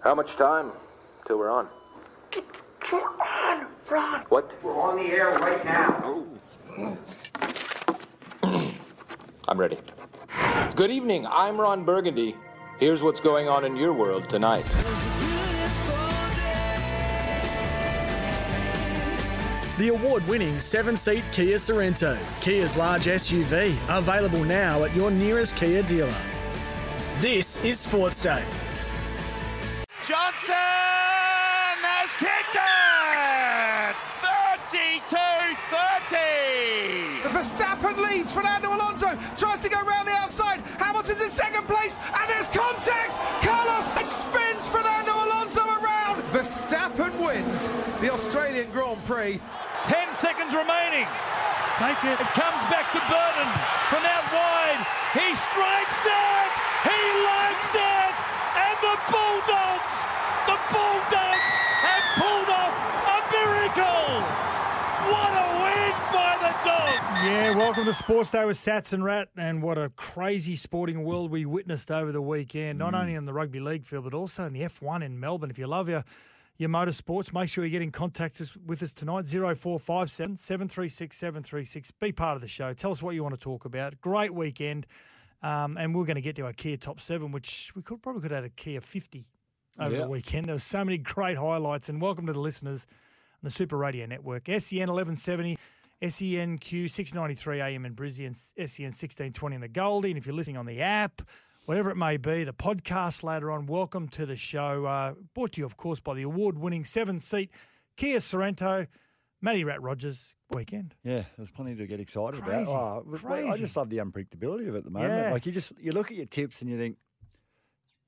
How much time till we're on? We're on, Ron. What? We're on the air right now. I'm ready. Good evening. I'm Ron Burgundy. Here's what's going on in your world tonight. The award winning seven seat Kia Sorrento, Kia's large SUV, available now at your nearest Kia dealer. This is Sports Day. Johnson has kicked it! 32 30! Verstappen leads, Fernando Alonso tries to go round the outside. Hamilton's in second place, and there's contact! Carlos Sainz spins Fernando Alonso around! Verstappen wins the Australian Grand Prix. 10 seconds remaining. Take it. It comes back to Burton from out wide. He strikes it. He likes it. And the Bulldogs, the Bulldogs have pulled off a miracle. What a win by the Dogs. Yeah, welcome to Sports Day with Sats and Rat, and what a crazy sporting world we witnessed over the weekend. Not only in the rugby league field, but also in the F1 in Melbourne. If you love your your motorsports, make sure you get in contact us- with us tonight. 0457 736 736. Be part of the show. Tell us what you want to talk about. Great weekend. Um, and we're going to get to our Kia top seven, which we could probably could have had a Kia 50 over Yeah. the weekend. There were so many great highlights. And welcome to the listeners on the Super Radio Network. E SEN 1170, E SENQ 693 AM in Brisbane, E SEN 1620 in the Goldie. And if you're listening on the app, whatever it may be, the podcast later on, welcome to the show. Uh, brought to you, of course, by the award winning seven seat Kia Sorrento, Matty Rat Rogers weekend. Yeah, there's plenty to get excited Crazy, about. Oh, w- w- I crazy. just love the unpredictability of it at the moment. Yeah. Like you just you look at your tips and you think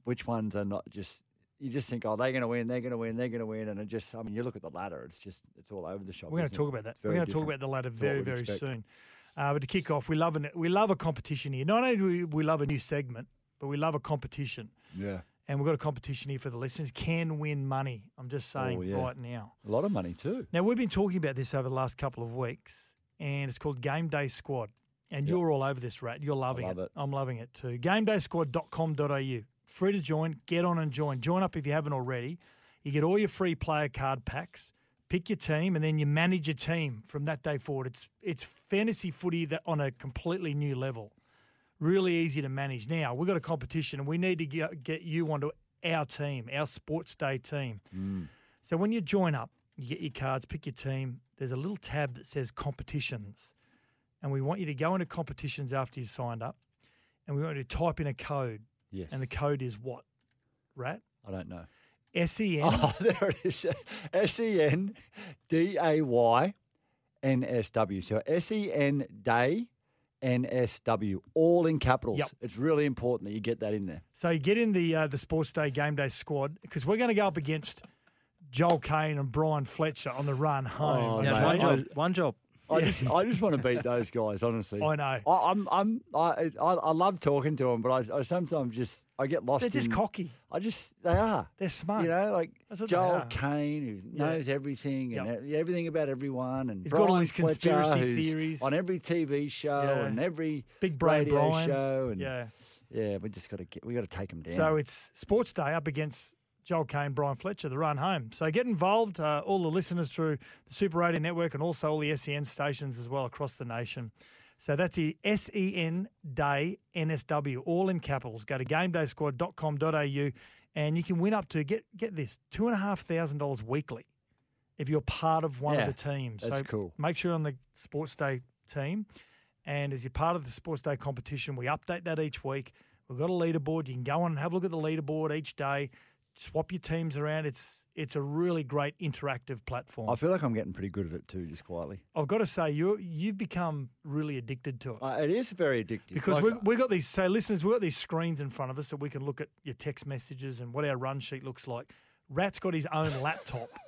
which ones are not just you just think, oh, they're going to win, they're going to win, they're going to win, and it just I mean, you look at the ladder, it's just it's all over the shop. We're going isn't to it? talk about that. It's We're very going to talk different about the latter to what very, we'd very expect. soon. Uh, but to kick off, we love an, we love a competition here. Not only do we, we love a new segment, but we love a competition. Yeah, And we've got a competition here for the listeners. Can win money. I'm just saying Oh, yeah. right now. a lot of money too. Now, we've been talking about this over the last couple of weeks, and it's called Game Day Squad. And Yep. you're all over this, Rat. You're loving love it. I'm loving it too. GameDaySquad.com.au. Free to join. Get on and join. Join up if you haven't already. You get all your free player card packs. Pick your team, and then you manage your team from that day forward. It's it's fantasy footy that on a completely new level. Really easy to manage. Now we've got a competition, and we need to get, get you onto our team, our sports day team. So when you join up, you get your cards, pick your team. There's a little tab that says competitions. And we want you to go into competitions after you signed up. And we want you to type in a code. Yes, And the code is what? Rat? I don't know. E SEN. Oh, there it is. S E N D A Y N S W. So S E N Day N S W, all in capitals. Yep. It's really important that you get that in there. So you get in the uh, the Sports Day Game Day squad because we're going to go up against Joel Kane and Brian Fletcher on the run home. Oh, okay? mate, Yeah, one I- job. One job. I just, I just want to beat those guys, honestly. I know. I, I'm, I'm, I, I, I love talking to them, but I, I sometimes just, I get lost. They're just in- cocky. I just, they are. They're smart. You know, like That's what they Joel are. Kane, who Yeah. knows everything and Yep. e- everything about everyone, and He's got all Brian these Fletcher, conspiracy who's theories. on every TV show Yeah. and every Big Brain radio Brian. show, and yeah. yeah, we just got to get, we got to take them down. So it's Sports Day up against Joel Kane, Brian Fletcher, the run home. So get involved, uh, all the listeners through the Super Radio Network and also all the SEN stations as well across the nation. So that's the SEN Day NSW, all in capitals. Go to gamedaysquad.com.au and you can win up to, get, get this, $2,500 weekly if you're part of one Yeah, of the teams. that's so cool. make sure you're on the Sports Day team. And as you're part of the Sports Day competition, we update that each week. We've got a leaderboard. You can go on and have a look at the leaderboard each day. Swap your teams around. It's it's a really great interactive platform. I I've, feel like I'm getting pretty good at it too, just quietly. got to say, you you've become really addicted to it Uh, it is very addictive because Like, we we got these. So listeners, we've got these screens in front of us that we can look at your text messages and what our run sheet looks like. Rat's got his own laptop.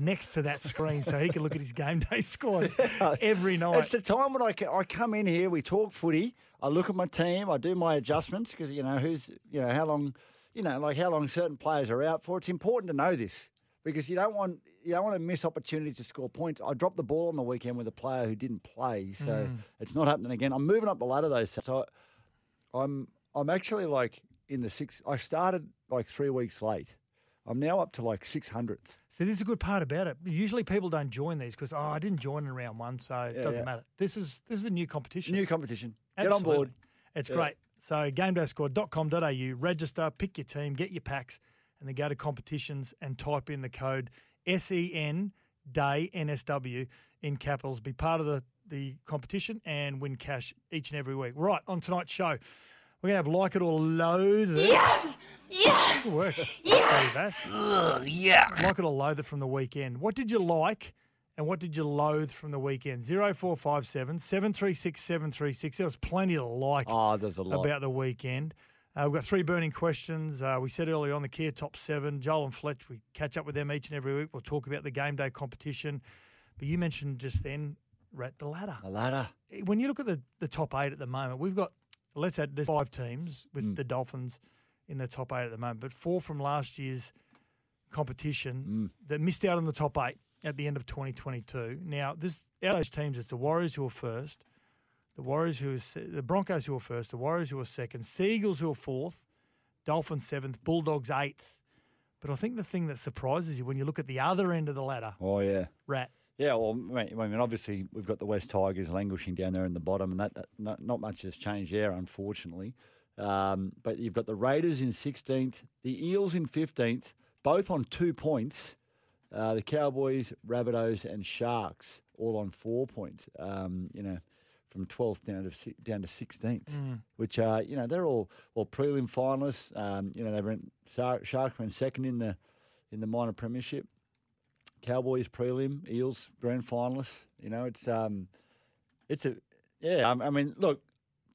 Next to that screen, so he can look at his game day squad every night. It's the time when I, ca- I come in here, we talk footy, I look at my team, I do my adjustments because, you know, who's, you know, how long, you know, like how long certain players are out for. It's important to know this because you don't want, you don't want to miss opportunities to score points. I dropped the ball on the weekend with a player who didn't play, so Hmm. it's not happening again. I'm moving up the ladder though, so I'm, I'm actually like in the six, I started like three weeks late. I'm now up to like 600th. So this is a good part about it. Usually people don't join these because oh, I didn't join in round one, so it Yeah, doesn't yeah. matter. This is this is a new competition. New competition. Get Absolutely. on board. It's Yeah. great. So gamedaysquad.com.au, register, pick your team, get your packs, and then go to competitions and type in the code E SEN Day NSW in capitals. Be part of the, the competition and win cash each and every week. Right, on tonight's show, we're going to have Like It or Loathe It. Yes! Yes! Good work. Yes. yeah. Like it or loathe it from the weekend. What did you like and what did you loathe from the weekend? 0457 736 736. There was plenty to like Oh, there's a lot. about the weekend. Uh, we've got three burning questions. Uh, we said earlier on the Kia top seven. Joel and Fletch, we catch up with them each and every week. We'll talk about the game day competition. But you mentioned just then, Rat, the ladder Eh, a ladder. when you look at the, the top eight at the moment, we've got let's add there's five teams with Mm. the Dolphins in the top eight at the moment, but four from last year's Mm. competition that missed out on the top eight at the end of 2022. Now, this out of those teams, it's the Warriors who are first, the Warriors who are se- the Broncos who are first, the Warriors who are second, Seagulls who are fourth, Dolphins seventh, Bulldogs eighth. But I think the thing that surprises you when you look at the other end of the ladder, Oh, yeah. Rat, Yeah, well, I mean, I mean, obviously we've got the West Tigers languishing down there in the bottom, and that, that not, not much has changed there, unfortunately. Um, but you've got the Raiders in sixteenth, the Eels in fifteenth, both on two points. Uh, the Cowboys, Rabbitohs, and Sharks all on four points. Um, you know, from twelfth down to si- down to sixteenth, which uh, you know they're all all prelim finalists. Um, you know, they went Shar- Sharks went second in the in the minor premiership. Cowboys prelim, Eels grand finalists. You know, it's um, it's a yeah. I, I mean, look,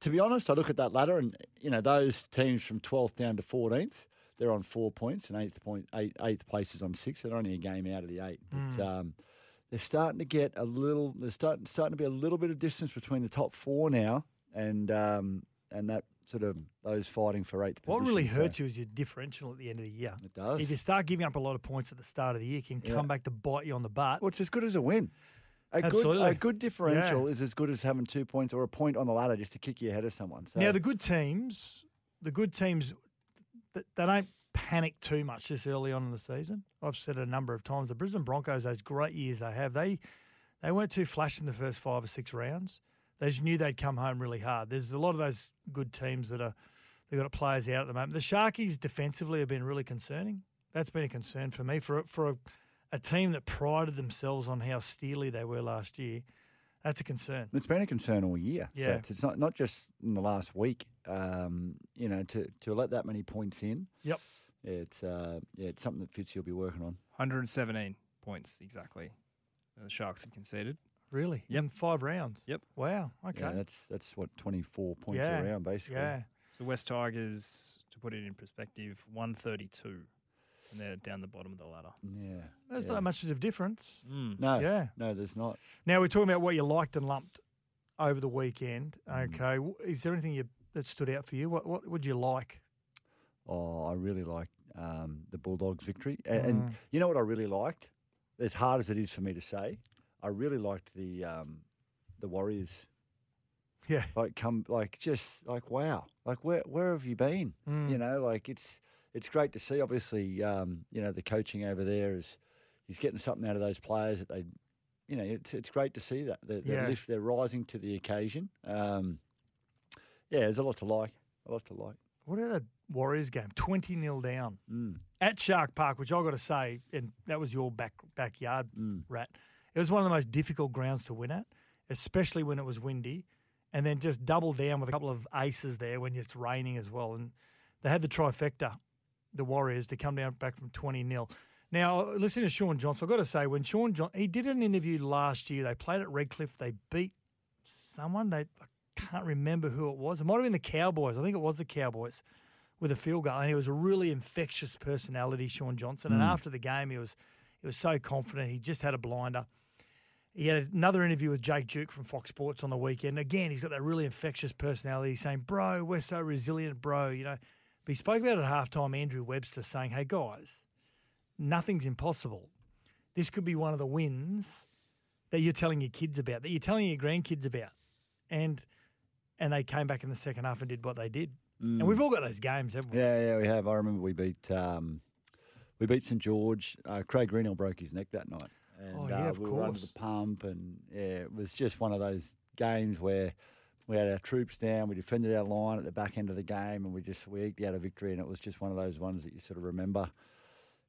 to be honest, I look at that ladder, and you know those teams from twelfth down to fourteenth, they're on four points, and eighth point eight eighth place is on six. They're only a game out of the eight. But, Mm. um, they're starting to get a little. There's starting starting to be a little bit of distance between the top four now, and um, and that sort of those fighting for eighth. What really position, so- hurts you is your differential at the end of the year. It does. If you start giving up a lot of points at the start of the year, it can Yeah. come back to bite you on the butt. Well, it's as good as a win. A good, Absolutely. a good differential is as good as having two points or a point on the ladder just to kick you ahead of someone. So Now the good teams, the good teams, th- they don't panic too much this early on in the season. I've said it a number of times. The Brisbane Broncos, those great years they have, they they weren't too flash in the first five or six rounds. They just knew they'd come home really hard. There's a lot of those good teams that are they've got players out at the moment. The Sharkies defensively have been really concerning. That's been a concern for me for a- for a, a team that prided themselves on how steely they were last year. That's a concern. it's been a concern all year. So Yeah. it's, it's not not just in the last week. Um, you know, to, to let that many points in, Yep. it's uh, yeah, it's something that Fitzy will be working on. 117 points exactly. The Sharks have conceded. Really? In five rounds? Yep. Wow. Okay. Yeah, that's that's what twenty four points Yeah. around basically. Yeah. So West Tigers, to put it in perspective, 132, and they're down the bottom of the ladder. Yeah. There's Yeah. not much of a difference. Mm. No. Yeah. No, there's not. Now we're talking about what you liked and lumped over the weekend. Mm. Okay. W Is there anything you, that stood out for you? What What would you like? Oh, I really liked um, the Bulldogs' victory, A- and, Mm. you know what I really liked. As hard as it is for me to say, I really liked the um, the Warriors. Yeah. Like come, like just like wow, like where where have you been? Mm. You know, like it's it's great to see. Obviously, um, you know the coaching over there is he's getting something out of those players that they, you know, it's it's great to see that they're, Yeah. they're, lift, they're rising to the occasion. Um, yeah, there's a lot to like, a lot to like. What about the Warriors game? 20 nil down Mm. at Shark Park, which i got to say, and that was your back backyard, Mm. Rat. It was one of the most difficult grounds to win at, especially when it was windy. And then just double down with a couple of aces there when it's raining as well. And they had the trifecta, the Warriors, to come down back from 20 nil. Now, listen to Sean Johnson. I've got to say, when Sean John he did an interview last year, they played at Redcliffe, they beat someone, they I can't remember who it was. It might have been the Cowboys. I think it was the Cowboys with a field goal. And he was a really infectious personality, Sean Johnson. And after the game, he was he was so confident. He just had a blinder. He had another interview with Jake Duke from Fox Sports on the weekend. Again, he's got that really infectious personality, saying, "Bro, we're so resilient, bro." You know, but he spoke about it at halftime. Andrew Webster saying, "Hey guys, nothing's impossible. This could be one of the wins that you're telling your kids about, that you're telling your grandkids about." And and they came back in the second half Mm. and did what they did. And we've all got those games, haven't we? Yeah, yeah, we have. I remember we beat um, we beat St George. Uh, Craig Greenhill broke his neck that night. And, Oh, yeah, uh, of we Were under the course. pump, and yeah, it was just one of those games where we had our troops down. We defended our line at the back end of the game, and we just we eked out a victory. And it was just one of those ones that you sort of remember.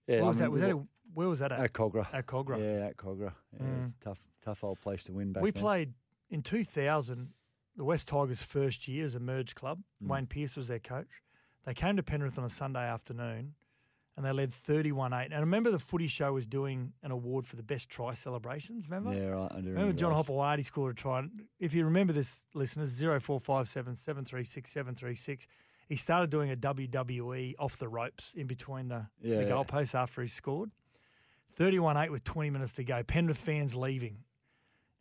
Yeah, Where I was that? mean, Was we that? wa- at- Where was that at? at Cogra? At Cogra. Yeah, at Cogra. Yeah, It was Mm. a tough, tough old place to win back. we then. played in 2000, the West Tigers' first year as a merged club. Mm. Wayne Pearce was their coach. They came to Penrith on a Sunday afternoon and they led 31 8. And I remember the footy show was doing an award for the best try celebrations, remember? Yeah, right. I do Remember John that. Hopperwadi scored a try. and If you remember this, listeners, 0457 736 736. He started doing a WWE off the ropes in between the, Yeah. the goalposts after he scored. 31 8 with 20 minutes to go. Penrith fans leaving.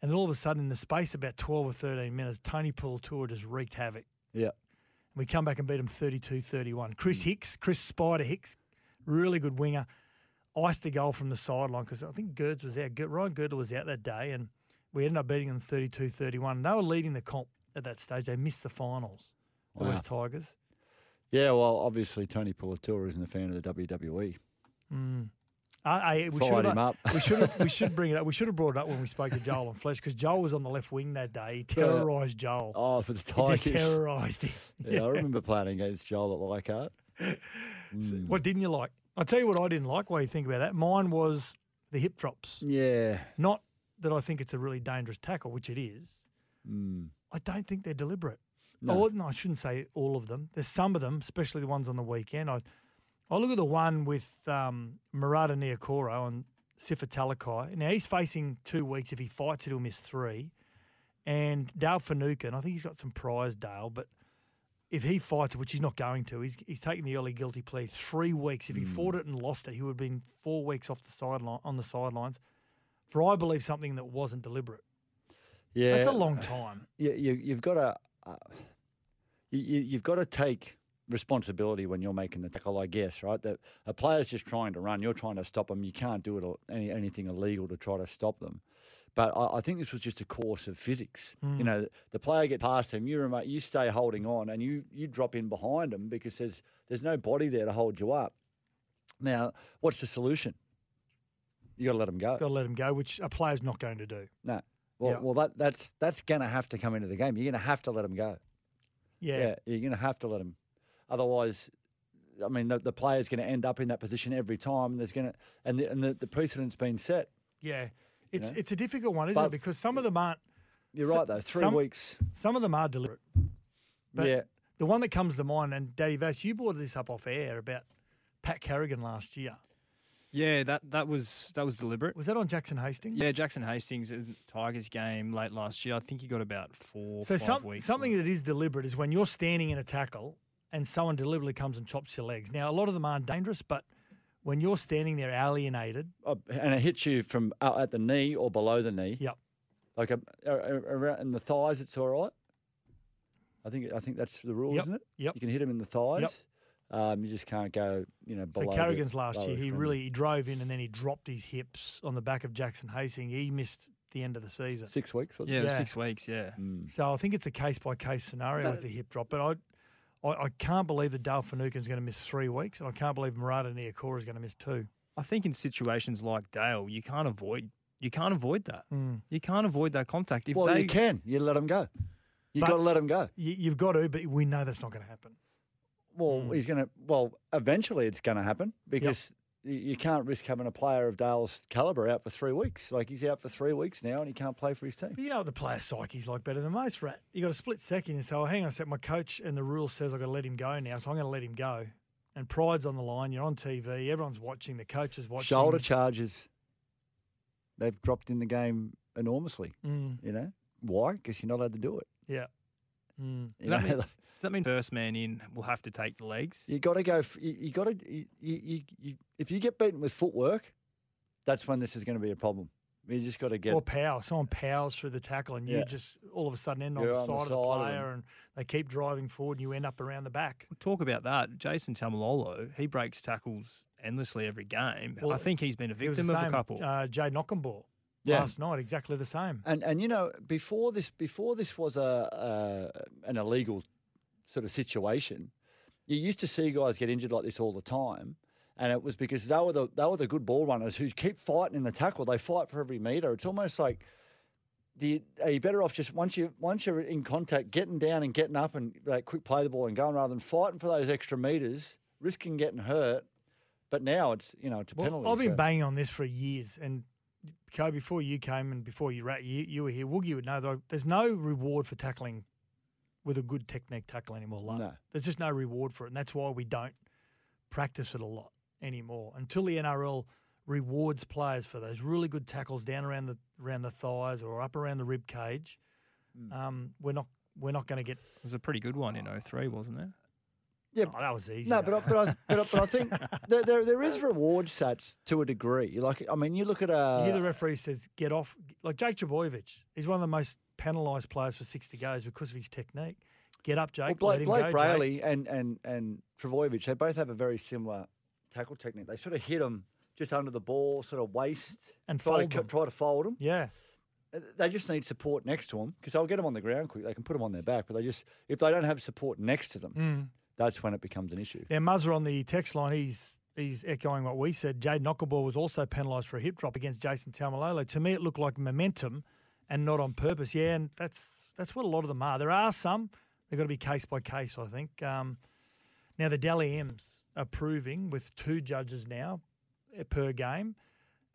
And then all of a sudden, in the space of about 12 or 13 minutes, Tony Pulatua just wreaked havoc. Yeah, We come back and beat them 32 31. Chris Hmm. Hicks, Chris Spider Hicks, really good winger, iced a goal from the sideline because I think Gerds was out. Ger- Ryan Girdle was out that day, and we ended up beating them 32 31. They were leading the comp at that stage. They missed the finals, the Wow. West Tigers. yeah. Well, obviously Tony Pulatura isn't a fan of the E. WWE. Uh, hey, we Fired should him up. we should we should bring it up. We should have brought it up when we spoke to Joel and Flesh because Joel was on the left wing that day. He terrorised Joel. Oh, for the he Tigers. just terrorised him. Yeah, I remember playing against Joel at Leichhardt. Mm, What didn't you like? I'll tell you what I didn't like while you think about that. Mine was the hip drops. Yeah. Not that I think it's a really dangerous tackle, which it is. mm. I don't think they're deliberate. No. Or- no, I shouldn't say all of them. There's some of them, especially the ones on the weekend. I, I look at the one with um, Murata Niokoro and Sifa Talakai. Now, he's facing two weeks. If he fights it, he'll miss three. And Dale Fanuka, and I think he's got some priors, Dale, but if he fights it, which he's not going to, he's, he's taking the early guilty plea. Three weeks. If Hmm. he fought it and lost it, he would have been four weeks off the sideline on the sidelines for I believe something that wasn't deliberate. Yeah. That's a long time. You, you, you've got to. Uh, you, you- you've got to take responsibility when you're making the tackle, I guess, right? That a player's just trying to run. You're trying to stop them. You can't do it or any, anything illegal to try to stop them. But I, I think this was just a course of physics. Hmm. You know, the player get past him, you remain, you stay holding on, and you you drop in behind him because there's there's no body there to hold you up. Now, what's the solution? You got to let him go. Got to let him go, which a player's not going to do. No. Well, Yeah. well, that that's that's going to have to come into the game. You're going to have to let him go. Yeah. you're going to have to let him. Otherwise, I mean, the, the player's going to end up in that position every time. And there's going to and the, and the, the precedent's been set. Yeah. It's know? it's a difficult one, isn't it? But- Because some of them aren't You're So- right though. Three some- weeks. some of them are deliberate. But yeah. the one that comes to mind, and Daddy Vass, you brought this up off air about Pat Carrigan last year. Yeah, that that was that was deliberate. Was that on Jackson Hastings? Yeah, Jackson Hastings in the Tigers game late last year. I think he got about four. So five some, weeks something worth. that is deliberate is when you're standing in a tackle and someone deliberately comes and chops your legs. Now a lot of them aren't dangerous, but when you're standing there alienated, Oh, and it hits you from out at the knee or below the knee, yep, like a, a, a- around in the thighs. It's all right. I think I think that's the rule, Yep, isn't it? yep. You can hit him in the thighs. Um, you just can't go, you know, So below. the- Carrigan's last below year, he extremity. really he drove in and then he dropped his hips on the back of Jackson Hastings. He missed the end of the season. six weeks was Yeah, it? Hmm. it was Yeah. six weeks. Yeah, So I think it's a case by case scenario with the hip drop. But I, I, I can't believe that Dale Finucane's going to miss three weeks, and I can't believe Murata Niokora is going to miss two. I think in situations like Dale, you can't avoid you can't avoid that. Hmm. You can't avoid that contact. If Well, they you can. You let him go. You But- got to let him go. You, you've got to, but we know that's not going to happen. Well, he's going to. Well, eventually it's going to happen because y you can't risk having a player of Dale's caliber out for three weeks. Like he's out for three weeks now, and he can't play for his team. But you know what the player psyche's like better than most, Rat. You got a split second and say, "Oh, hang on a sec, my coach and the rule says I've got to let him go now, so I'm going to let him go." And pride's on the line. You're on TV. Everyone's watching. The coach is watching. Shoulder charges. They've dropped in the game enormously. Mm, You know why? Because you're not allowed to do it. yeah. Mm. You, Let know? me- like, Hmm. does that mean first man in will have to take the legs? you got to go. f- You, you got to. You, you, you, if you get beaten with footwork, that's when this is going to be a problem. You just got to get Or power. Someone powers through the tackle, and you Yeah. just all of a sudden end on You're the on side the of the side of player, them. and they keep driving forward, and you end up around the back. Talk about that. Jason Tamalolo, he breaks tackles endlessly every game. Well, I think he's been a It was the victim of a same, couple. Uh, Jay Knockenball Yeah. last night, exactly the same. And and you know before this before this was a, a an illegal sort of situation, you used to see guys get injured like this all the time, And it was because they were the they were the good ball runners who keep fighting in the tackle. They fight for every meter. It's almost like do you, are you better off just once you once you're in contact, getting down and getting up and like quick play the ball and going rather than fighting for those extra meters, risking getting hurt. But now it's you know it's a penalty. Well, I've been so- banging on this for years, and Kobe, before you came and before you ra- you, you were here, Woogie would know that I- there's no reward for tackling with a good technique tackle anymore. Like, No. There's just no reward for it, and that's why we don't practice it a lot anymore until the NRL rewards players for those really good tackles down around the around the thighs or up around the rib cage. Mm. Um, we're not we're not going to get. Uh, It was a pretty good one in 03, wasn't there? yeah, Oh, that was easy. No, but I, but, I, but, I, but I think there, there there is reward sats to a degree. Like I mean, you look at uh, You hear the a referee says, get off. Like Jake Trebojevic, he's one of the most penalised players for 60 goes because of his technique. Get up, Jake. well, let Blake, him Blake go, Jake. Brayley and and and Travojevic. They both have a very similar tackle technique. They sort of hit them just under the ball, sort of waist, And try fold to, 'em. try to fold them. Yeah. Uh, They just need support next to them because they'll get them on the ground quick. They can put them on their back, but they just if they don't have support next to them, Mm. that's when it becomes an issue. Now, Muzzer on the text line, he's he's echoing what we said. Jade Knockleball was also penalised for a hip drop against Jason Taumalolo. To me, it looked like momentum and not on purpose. Yeah, and that's that's what a lot of them are. There are some. They've got to be case by case, I think. Um, now, the Dally M's are proving with two judges now eh, per game.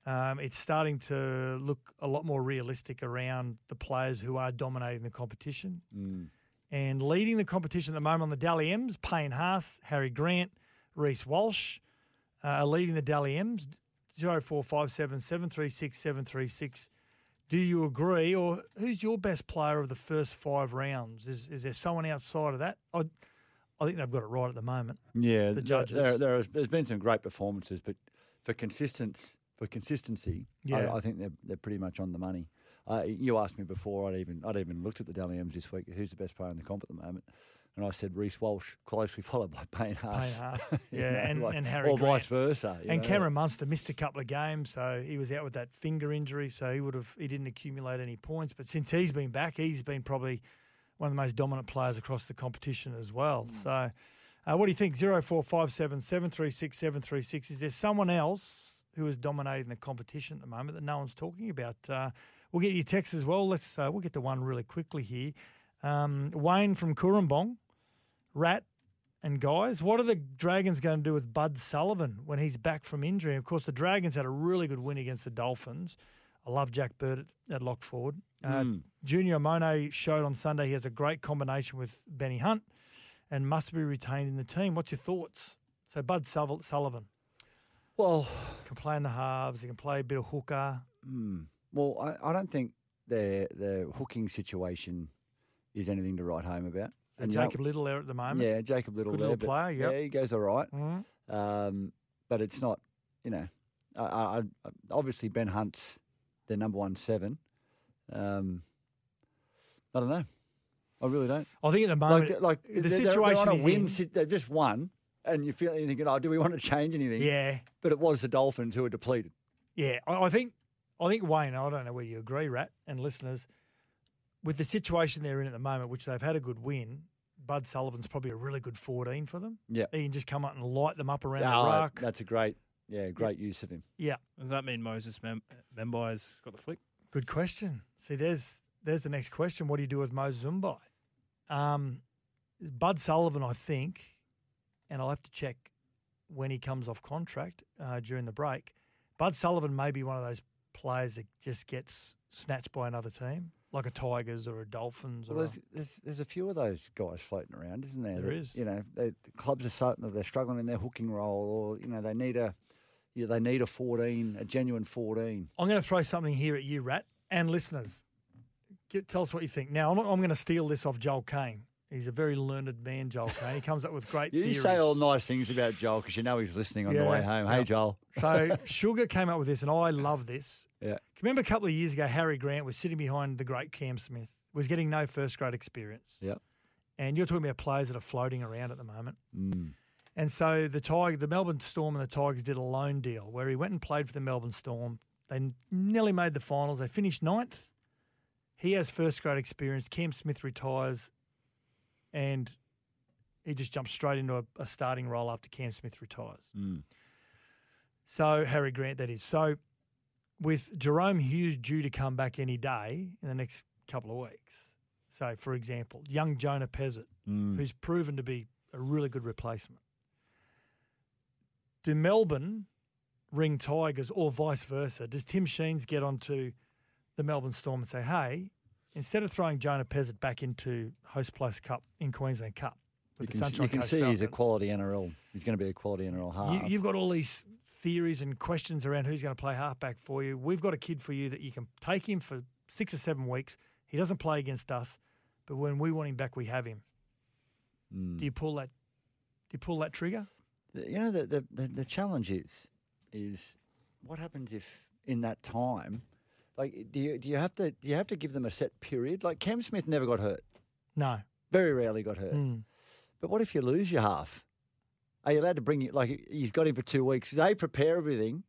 Um, it's starting to look a lot more realistic around the players who are dominating the competition. Mm. And leading the competition at the moment on the Dally M's, Payne Haas, Harry Grant, Reese Walsh uh, are leading the Dally M's. 0457 736 736. Do you agree? Or who's your best player of the first five rounds? Is, is there someone outside of that? I, I think they've got it right at the moment. Yeah, the th- there- There, judges. there has, there's been some great performances, but for consistence, for consistency, Yeah. I, I think they're they're pretty much on the money. Uh, you asked me before I'd even I'd even looked at the Dally M's this week. Who's the best player in the comp at the moment? And I said Reese Walsh, closely followed by Payne Haas. Payne Haas, You yeah, and- and Harry or Grant. vice versa. you And know. Cameron Munster missed a couple of games, so he was out with that finger injury, so he would have he didn't accumulate any points. But since he's been back, he's been probably one of the most dominant players across the competition as well. Hmm. So, uh, what do you think? Zero four five seven seven three six seven three six. Is there someone else who is dominating the competition at the moment that no one's talking about? Uh, we'll get your text as well. Let's uh, we'll get to one really quickly here. Um, Wayne from Currumbong, Rat and guys, what are the Dragons going to do with Bud Sullivan when he's back from injury? Of course, the Dragons had a really good win against the Dolphins. I love Jack Bird at, at lock forward. Uh, Hmm. Junior Mono showed on Sunday he has a great combination with Benny Hunt and must be retained in the team. What's your thoughts? So Bud Sul- Sullivan Well, can play in the halves. He can play a bit of hooker. Hmm. well, I, I don't think the the hooking situation is anything to write home about. And you know- Jacob Little there at the moment. yeah, Jacob Little, Good there, little but player, yep. yeah, he goes all right. Mhm. Um, but it's not, you know, I, I, I- obviously Ben Hunt's the number one seven. Um, I don't know. I really don't. I think at the moment, Like, like the they're- they're, they're situation on a is win. in. sit- They've just won, and you feel you're thinking, oh, do we want to change anything? Yeah, But it was the Dolphins who were depleted. Yeah, I, I think I think Wayne. I don't know whether you agree, Rat, and listeners, with the situation they're in at the moment, which they've had a good win. Bud Sullivan's probably a really good fourteen for them. Yeah. he can just come out and light them up around Oh, the rock. that's a great, yeah, great use of him. yeah, Does that mean Moses Mem- Membai's got the flick? good question. See, there's there's the next question. What do you do with Mo Zumbai? Um, Bud Sullivan, I think, and I'll have to check when he comes off contract uh, during the break. Bud Sullivan may be one of those players that just gets snatched by another team, like a Tigers or a Dolphins. Well, or a- there's, there's there's a few of those guys floating around, isn't there? There that, is. You know, they, the clubs are starting. They're struggling in their hooking role, or you know, they need a, yeah, they need a fourteen, a genuine fourteen. I'm going to throw something here at you, Rat, and listeners. Get, tell us what you think. Now, I'm, not, I'm going to steal this off Joel Kane. He's a very learned man, Joel Kane. He comes up with great You theories. say all nice things about Joel because you know he's listening on the way Yeah. home. Hey, Yeah. Joel. So Sugar came up with this, and I love this. Yeah. Remember a couple of years ago, Harry Grant was sitting behind the great Cam Smith, was getting no first grade experience. Yep. And you're talking about players that are floating around at the moment. Mm. And so the Tiger, the Melbourne Storm and the Tigers did a loan deal where he went and played for the Melbourne Storm. They nearly made the finals. They finished ninth. He has first grade experience. Cam Smith retires, and he just jumps straight into a, a starting role after Cam Smith retires. So Harry Grant, that is. So with Jerome Hughes due to come back any day in the next couple of weeks. So, for example, young Jonah Pezzett, Mm. who's proven to be a really good replacement. Do Melbourne ring Tigers or vice versa? Does Tim Sheens get onto the Melbourne Storm and say, hey, instead of throwing Jonah Pezzett back into Host Place Cup in Queensland Cup You with the can, s- Sunshine you can Coast see he's a Falcons, quality NRL. He's going to be a quality NRL half. you, you've got all these theories and questions around who's going to play halfback for you. We've got a kid for you that you can take him for six or seven weeks. He doesn't play against us, but when we want him back, we have him. Mm. Hmm. Do you pull that? Do you pull that trigger? The- you know the, the, the, the challenge is is what happens if in that time like do you do you have to do you have to give them a set period like Cam Smith never got hurt No. very rarely got hurt Mm. but what if you lose your half are you allowed to bring it like he- he's got him for two weeks they prepare everything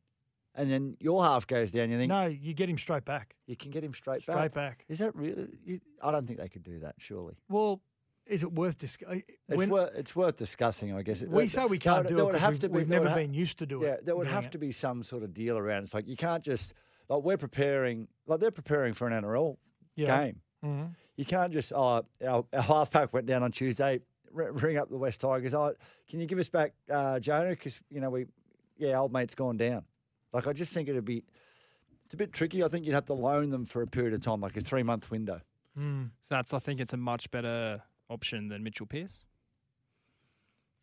and then your half goes down you think No, you get him straight back. you can get him straight, Straight back. is that really you, I don't think they could do that surely Well, is it worth uh, discussing? it's, wor- it's worth discussing I guess we say we can't do it because we've, we've never been used. used to do it. Yeah, there would doing have it. to be some sort of deal around. It's like you can't just like we're preparing like they're preparing for an NRL Yeah. game. You can't just oh our, our half pack went down on Tuesday. R- ring up the West Tigers. Oh, can you give us back uh, Jonah? Because you know we, yeah, old mate's gone down. Like I just think it'd be, it's a bit tricky. I think you'd have to loan them for a period of time, like a three month window. Hmm. So that's, I think it's a much better option than Mitchell Pearce.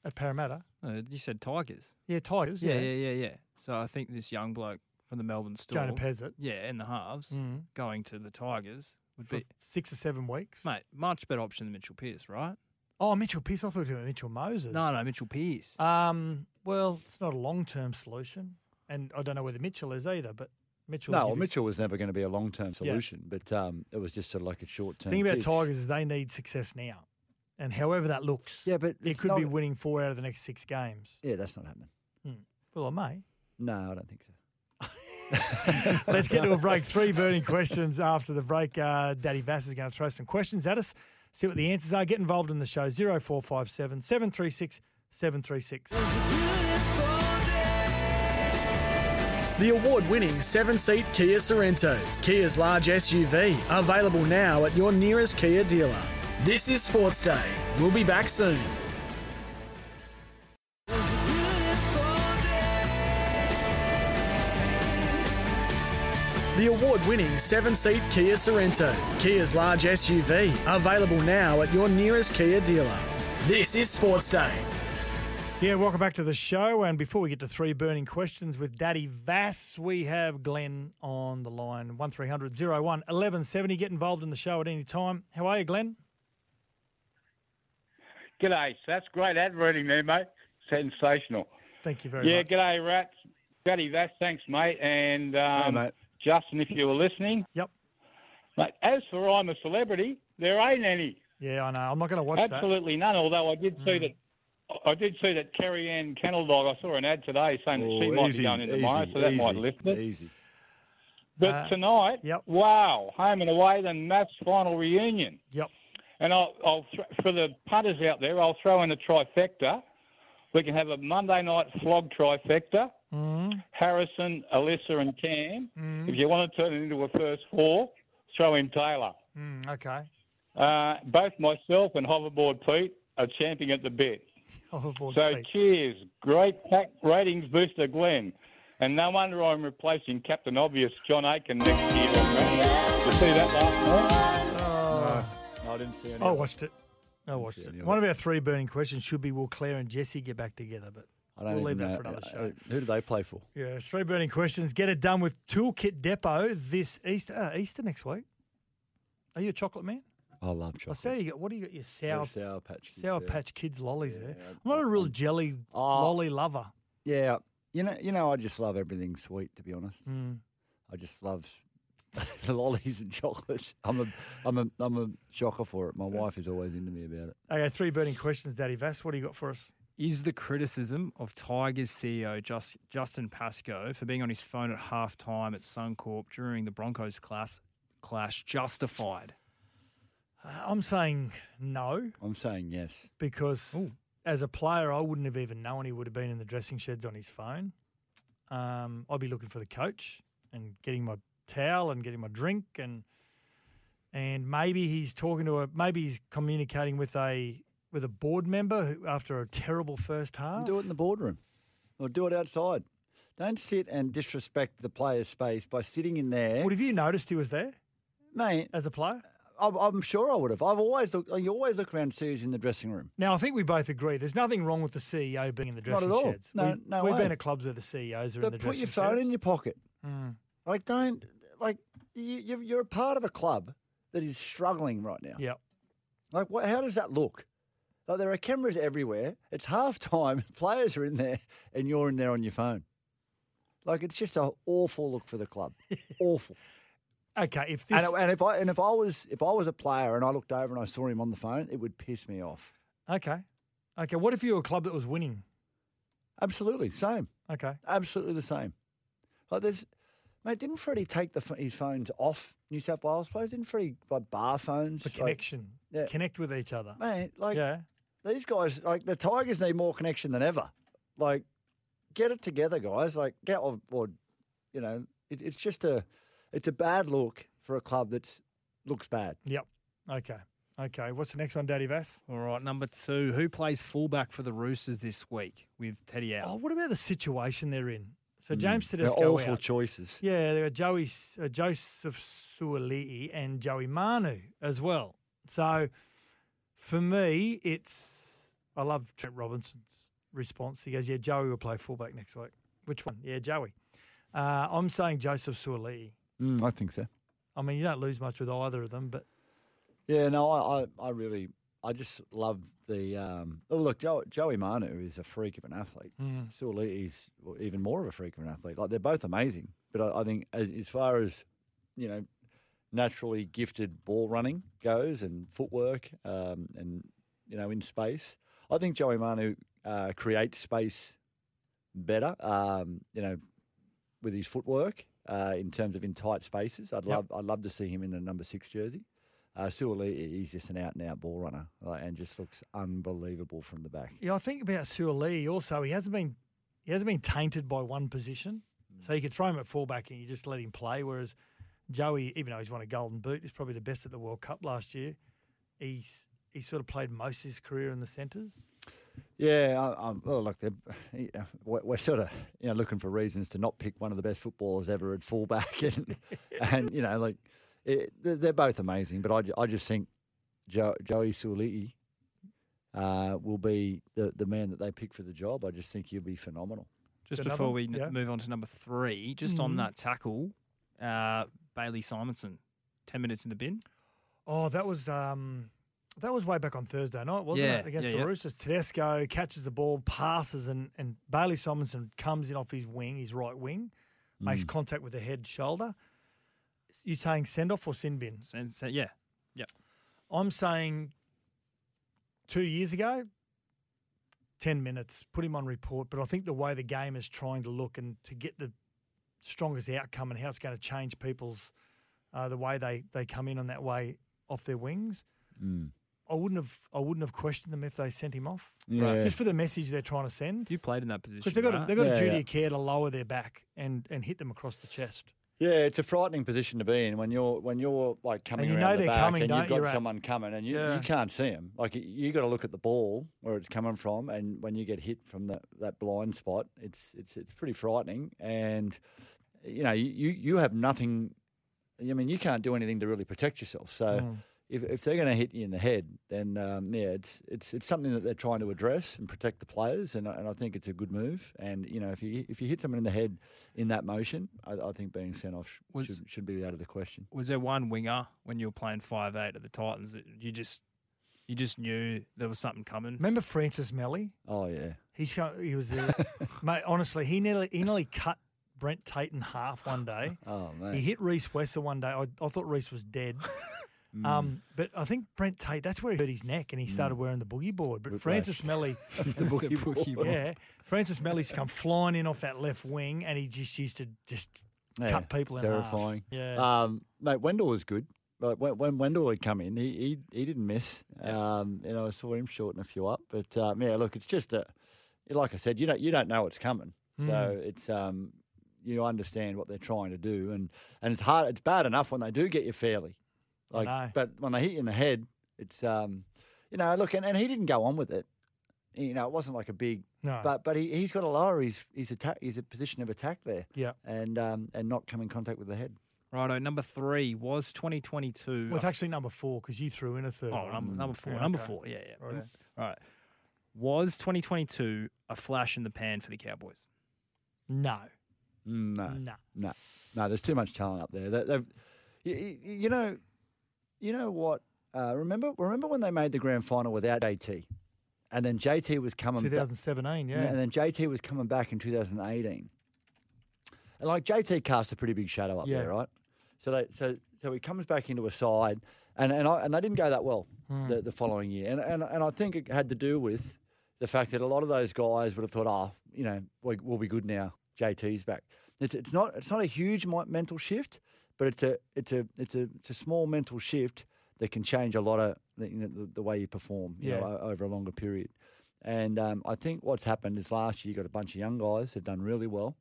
at Parramatta. Uh, you said Tigers. Yeah, Tigers. Yeah, Yeah, yeah, yeah, yeah. So I think this young bloke from the Melbourne Storm, Jonah Pezzett Hmm. yeah, in the halves, going to the Tigers would for be six or seven weeks. mate much better option than Mitchell Pearce, right? Oh, Mitchell Pearce. I thought you were Mitchell Moses. No, no, Mitchell Pearce. Um, well, it's not a long term solution. And I don't know whether Mitchell is either, but Mitchell. No, will well, give you- Mitchell was never going to be a long term Yeah. solution, but um, it was just sort of like a short The term. thing about Tigers is they need success now. And however that looks, Yeah, but it it's could be not- winning four out of the next six games. Hmm. Yeah, that's not happening. Well, I may. No, I don't think so. Let's get to a break. Three burning questions after the break. Uh, Daddy Vass is going to throw some questions at us. See what the answers are. Get involved in the show. 0457 736 736. The award winning seven seat Kia Sorrento, Kia's large SUV, available now at your nearest Kia dealer. This is Sports Day. We'll be back soon. The award winning seven seat Kia Sorrento, Kia's large SUV, available now at your nearest Kia dealer. This is Sports Day. Yeah, welcome back to the show. And before we get to three burning questions with Daddy Vass, we have Glenn on the line 1300 01 1170. Get involved in the show at any time. How are you, Glenn? G'day. That's great ad reading there, mate. Sensational. Thank you very Yeah, much. g'day, Rats. Daddy Vass, thanks, mate. And um, mate. Justin, if you were listening. Yep. Mate, as for I'm a celebrity, there ain't any. Yeah, I know. I'm not going to watch Absolutely none. Although I did see Hmm. that, I did see that Kerry Ann Kennel Dog. I saw an ad today saying that she Oh, might be going in tomorrow, so that might lift it. Easy. But Uh, tonight, yep. wow, home and away, the Matt's final reunion. that. Yep. And I'll, I'll th- for the punters out there, I'll throw in a trifecta. We can have a Monday night flog trifecta. Mm-hmm. Harrison, Alyssa, and Cam. If you want to turn it into a first four, throw in Taylor. Mm, okay. Uh, both myself and Hoverboard Pete are champing at the bit. Overboard So tweet. cheers, great pack ratings booster, Glenn. And no wonder I'm replacing Captain Obvious John Aiken next year. You see that last night? No, I didn't see any. I of it. watched it. I watched see any it. of One of our three burning questions should be Will Claire and Jesse get back together? But I don't we'll leave even that know- for another uh, show. Who do they play for? Yeah, three burning questions. Get it done with Toolkit Depot this Easter, uh, Easter next week. Are you a chocolate man? I love I chocolate. say you got what do you got? Your They're sour sour patch. Kids, Sour yeah. Patch Kids lollies there. Yeah, Oh. I'm not a real jelly lolly lover. Yeah, you know, you know, I just love everything sweet. To be honest, Mm. I just love lollies and chocolate. I'm a, I'm a, I'm a shocker for it. My wife is always into me about it. Okay, three burning questions, Daddy Vass. What do you got for us? Is the criticism of Tigers CEO Just, Justin Pascoe for being on his phone at halftime at Suncorp during the Broncos class clash justified? Uh, I'm saying no I'm saying yes. because as a player, I wouldn't have even known he would have been in the dressing sheds on his phone. um, I'd be looking for the coach and getting my towel and getting my drink and and maybe he's talking to a maybe he's communicating with a with a board member who, after a terrible first half. Do it in the boardroom or do it outside. Don't sit and disrespect the player's space by sitting in there. What have you noticed he was there Mate, as a player? I'm, I'm sure I would have. I've always looked, you always look around Sue's in the dressing room. Now I think we both agree there's nothing wrong with the CEO being in the Not at dressing all. sheds. No- we, no we've way. been at clubs where the CEOs are in the But dressing put your phone sheds. in your pocket. Mm. Like, don't, like, you, you- you're a part of a club that is struggling right now. Yep. Like, what, how does that look? Like, there are cameras everywhere. It's half time. Players are in there, and you're in there on your phone. Like, it's just an awful look for the club. awful. Okay, if this And, and if I and if I was if I was a player and I looked over and I saw him on the phone, it would piss me off. okay, okay, what if you were a club that was winning? Absolutely, same. Okay, Absolutely the same. Like there's, mate. Didn't Freddie take the ph- his phones off New South Wales players? Didn't Freddie like bar phones? the Like, connection, yeah. connect with each other. mate. Like yeah, these guys, like the Tigers need more connection than ever. Like, get it together, guys. Like, get or, or you know, it, it's just a, it's a bad look for a club that's looks bad. yep. Okay, okay. What's the next one, Daddy Vass? All right, number two. Who plays fullback for the Roosters this week with Teddy out? Oh, what about the situation they're in? So James Hmm. They're Tedesco awful out. choices. Yeah, there were Joey uh, Joseph Suoliti and Joey Manu as well. So for me, it's I love Trent Robinson's response. He goes, "Yeah, Joey will play fullback next week." Which one? Yeah, Joey. Uh, I'm saying Joseph Suoliti. Mm, I think so. I mean, you don't lose much with either of them, but Yeah, no, I, I, I really, I just love the. Um, oh, look, Joe, Joey Manu is a freak of an athlete. Mm. is even more of a freak of an athlete. Like they're both amazing, but I, I think as, as far as you know, naturally gifted ball running goes and footwork, um, and you know, in space, I think Joey Manu uh, creates space better. Um, you know, with his footwork. Uh, in terms of in tight spaces, I'd love I'd love to see him in the number six jersey. Uh, Suoli, he's just an out and out ball runner like, and just looks unbelievable from the back. yeah, I think about Suoliti also. He hasn't been he hasn't been tainted by one position, Mm. so you could throw him at fullback and you just let him play. Whereas Joey, even though he's won a Golden Boot, he's probably the best at the World Cup last year. He's he sort of played most of his career in the centres. Yeah, I, I'm, well, look, they're- yeah, we're, we're sort of you know looking for reasons to not pick one of the best footballers ever at fullback, and and you know like it, they're they're both amazing, but I, ju- I just think jo, Joey Suoli uh, will be the the man that they pick for the job. I just think he'll be phenomenal. Just Another before one? we n- Yeah. move on to number three, just on that tackle, uh, Bailey Simonson, 10 minutes in the bin. Oh, that was um, that was way back on Thursday night, wasn't Yeah, it? Against yeah, the yeah. Roosters, Tedesco catches the ball, passes, and and Bailey Simonson comes in off his wing, his right wing, Mm. makes contact with the head shoulder. You saying send off or sin bin? So, so, yeah, I'm saying two years ago, 10 minutes, put him on report. But I think the way the game is trying to look and to get the strongest outcome and how it's going to change people's, uh, the way they, they come in on that way off their wings. I wouldn't have I wouldn't have questioned them if they sent him off. Yeah. Just for the message they're trying to send. you played in that position. Because they've got, a, right? they've got Yeah, a duty yeah. of care to lower their back and, and hit them across the chest. Yeah, it's a frightening position to be in when you're when you're like coming you around know the they're back coming, and don't you've got you, Rat? someone coming and you, Yeah. you can't see them. Like you, you got to look at the ball where it's coming from, and when you get hit from that that blind spot, it's it's it's pretty frightening. And you know you you, you have nothing. I mean, you can't do anything to really protect yourself. So. Mm. If, if they're going to hit you in the head, then um, yeah, it's it's it's something that they're trying to address and protect the players, and I- and I think it's a good move. And you know, if you if you hit someone in the head in that motion, I, I think being sent off sh- Was- should, should be out of the question. Was there one winger when you were playing five eight at the Titans that you just you just knew there was something coming? Remember Francis Melly? Oh yeah, He's co- he was there. mate. Honestly, he nearly he nearly cut Brent Tate in half one day. oh He man, hit Reese Wesser one day. I, I thought Reese was dead. Um, but I think Brent Tate, that's where he hurt his neck and he Mm. started wearing the boogie board. But Francis Melly, the bookie ball. yeah, Francis Melly's come flying in off that left wing and he just used to just Yeah, cut people in half. terrifying. Yeah. Um, mate, Wendell was good. Like when, when Wendell had come in, he he, he didn't miss. Um, you know, I saw him shorten a few up, Hmm. but um, yeah, look, it's just a, like I said, you don't you don't know it's coming, so it's um, you understand what they're trying to do, and and it's hard. It's bad enough when they do get you fairly, like, know. but when they hit you in the head, it's um, you know, look, and, and he didn't go on with it. You know, it wasn't like a big, No. but but he he's got to lower his his attack, his position of attack there, Yeah. and um, and not come in contact with the head. Righto, number three was 2022. Well, it's actually number four because you threw in a third. Oh, one. number, number four. Yeah, number okay. four. Yeah, yeah. Righto. Mm. All right. Was 2022 a flash in the pan for the Cowboys? No, Mm, No, no. No, no. There's too much talent up there. They, they've, you, you know, you know what? Uh, remember, remember when they made the grand final without JT, and then JT was coming. back. 2017, yeah. Yeah, and then JT was coming back in 2018. And like JT cast a pretty big shadow up Yeah. there, right? So they, so so he comes back into a side, and and I, and they didn't go that well the, the following year, and, and and I think it had to do with the fact that a lot of those guys would have thought, oh, you know, we, we'll be good now. JT's back. It's it's not it's not a huge mi- mental shift, but it's a it's a it's a it's a small mental shift that can change a lot of the, you know, the, the way you perform, you know, Yeah. o- over a longer period. And um, I think what's happened is last year you got a bunch of young guys who've done really well.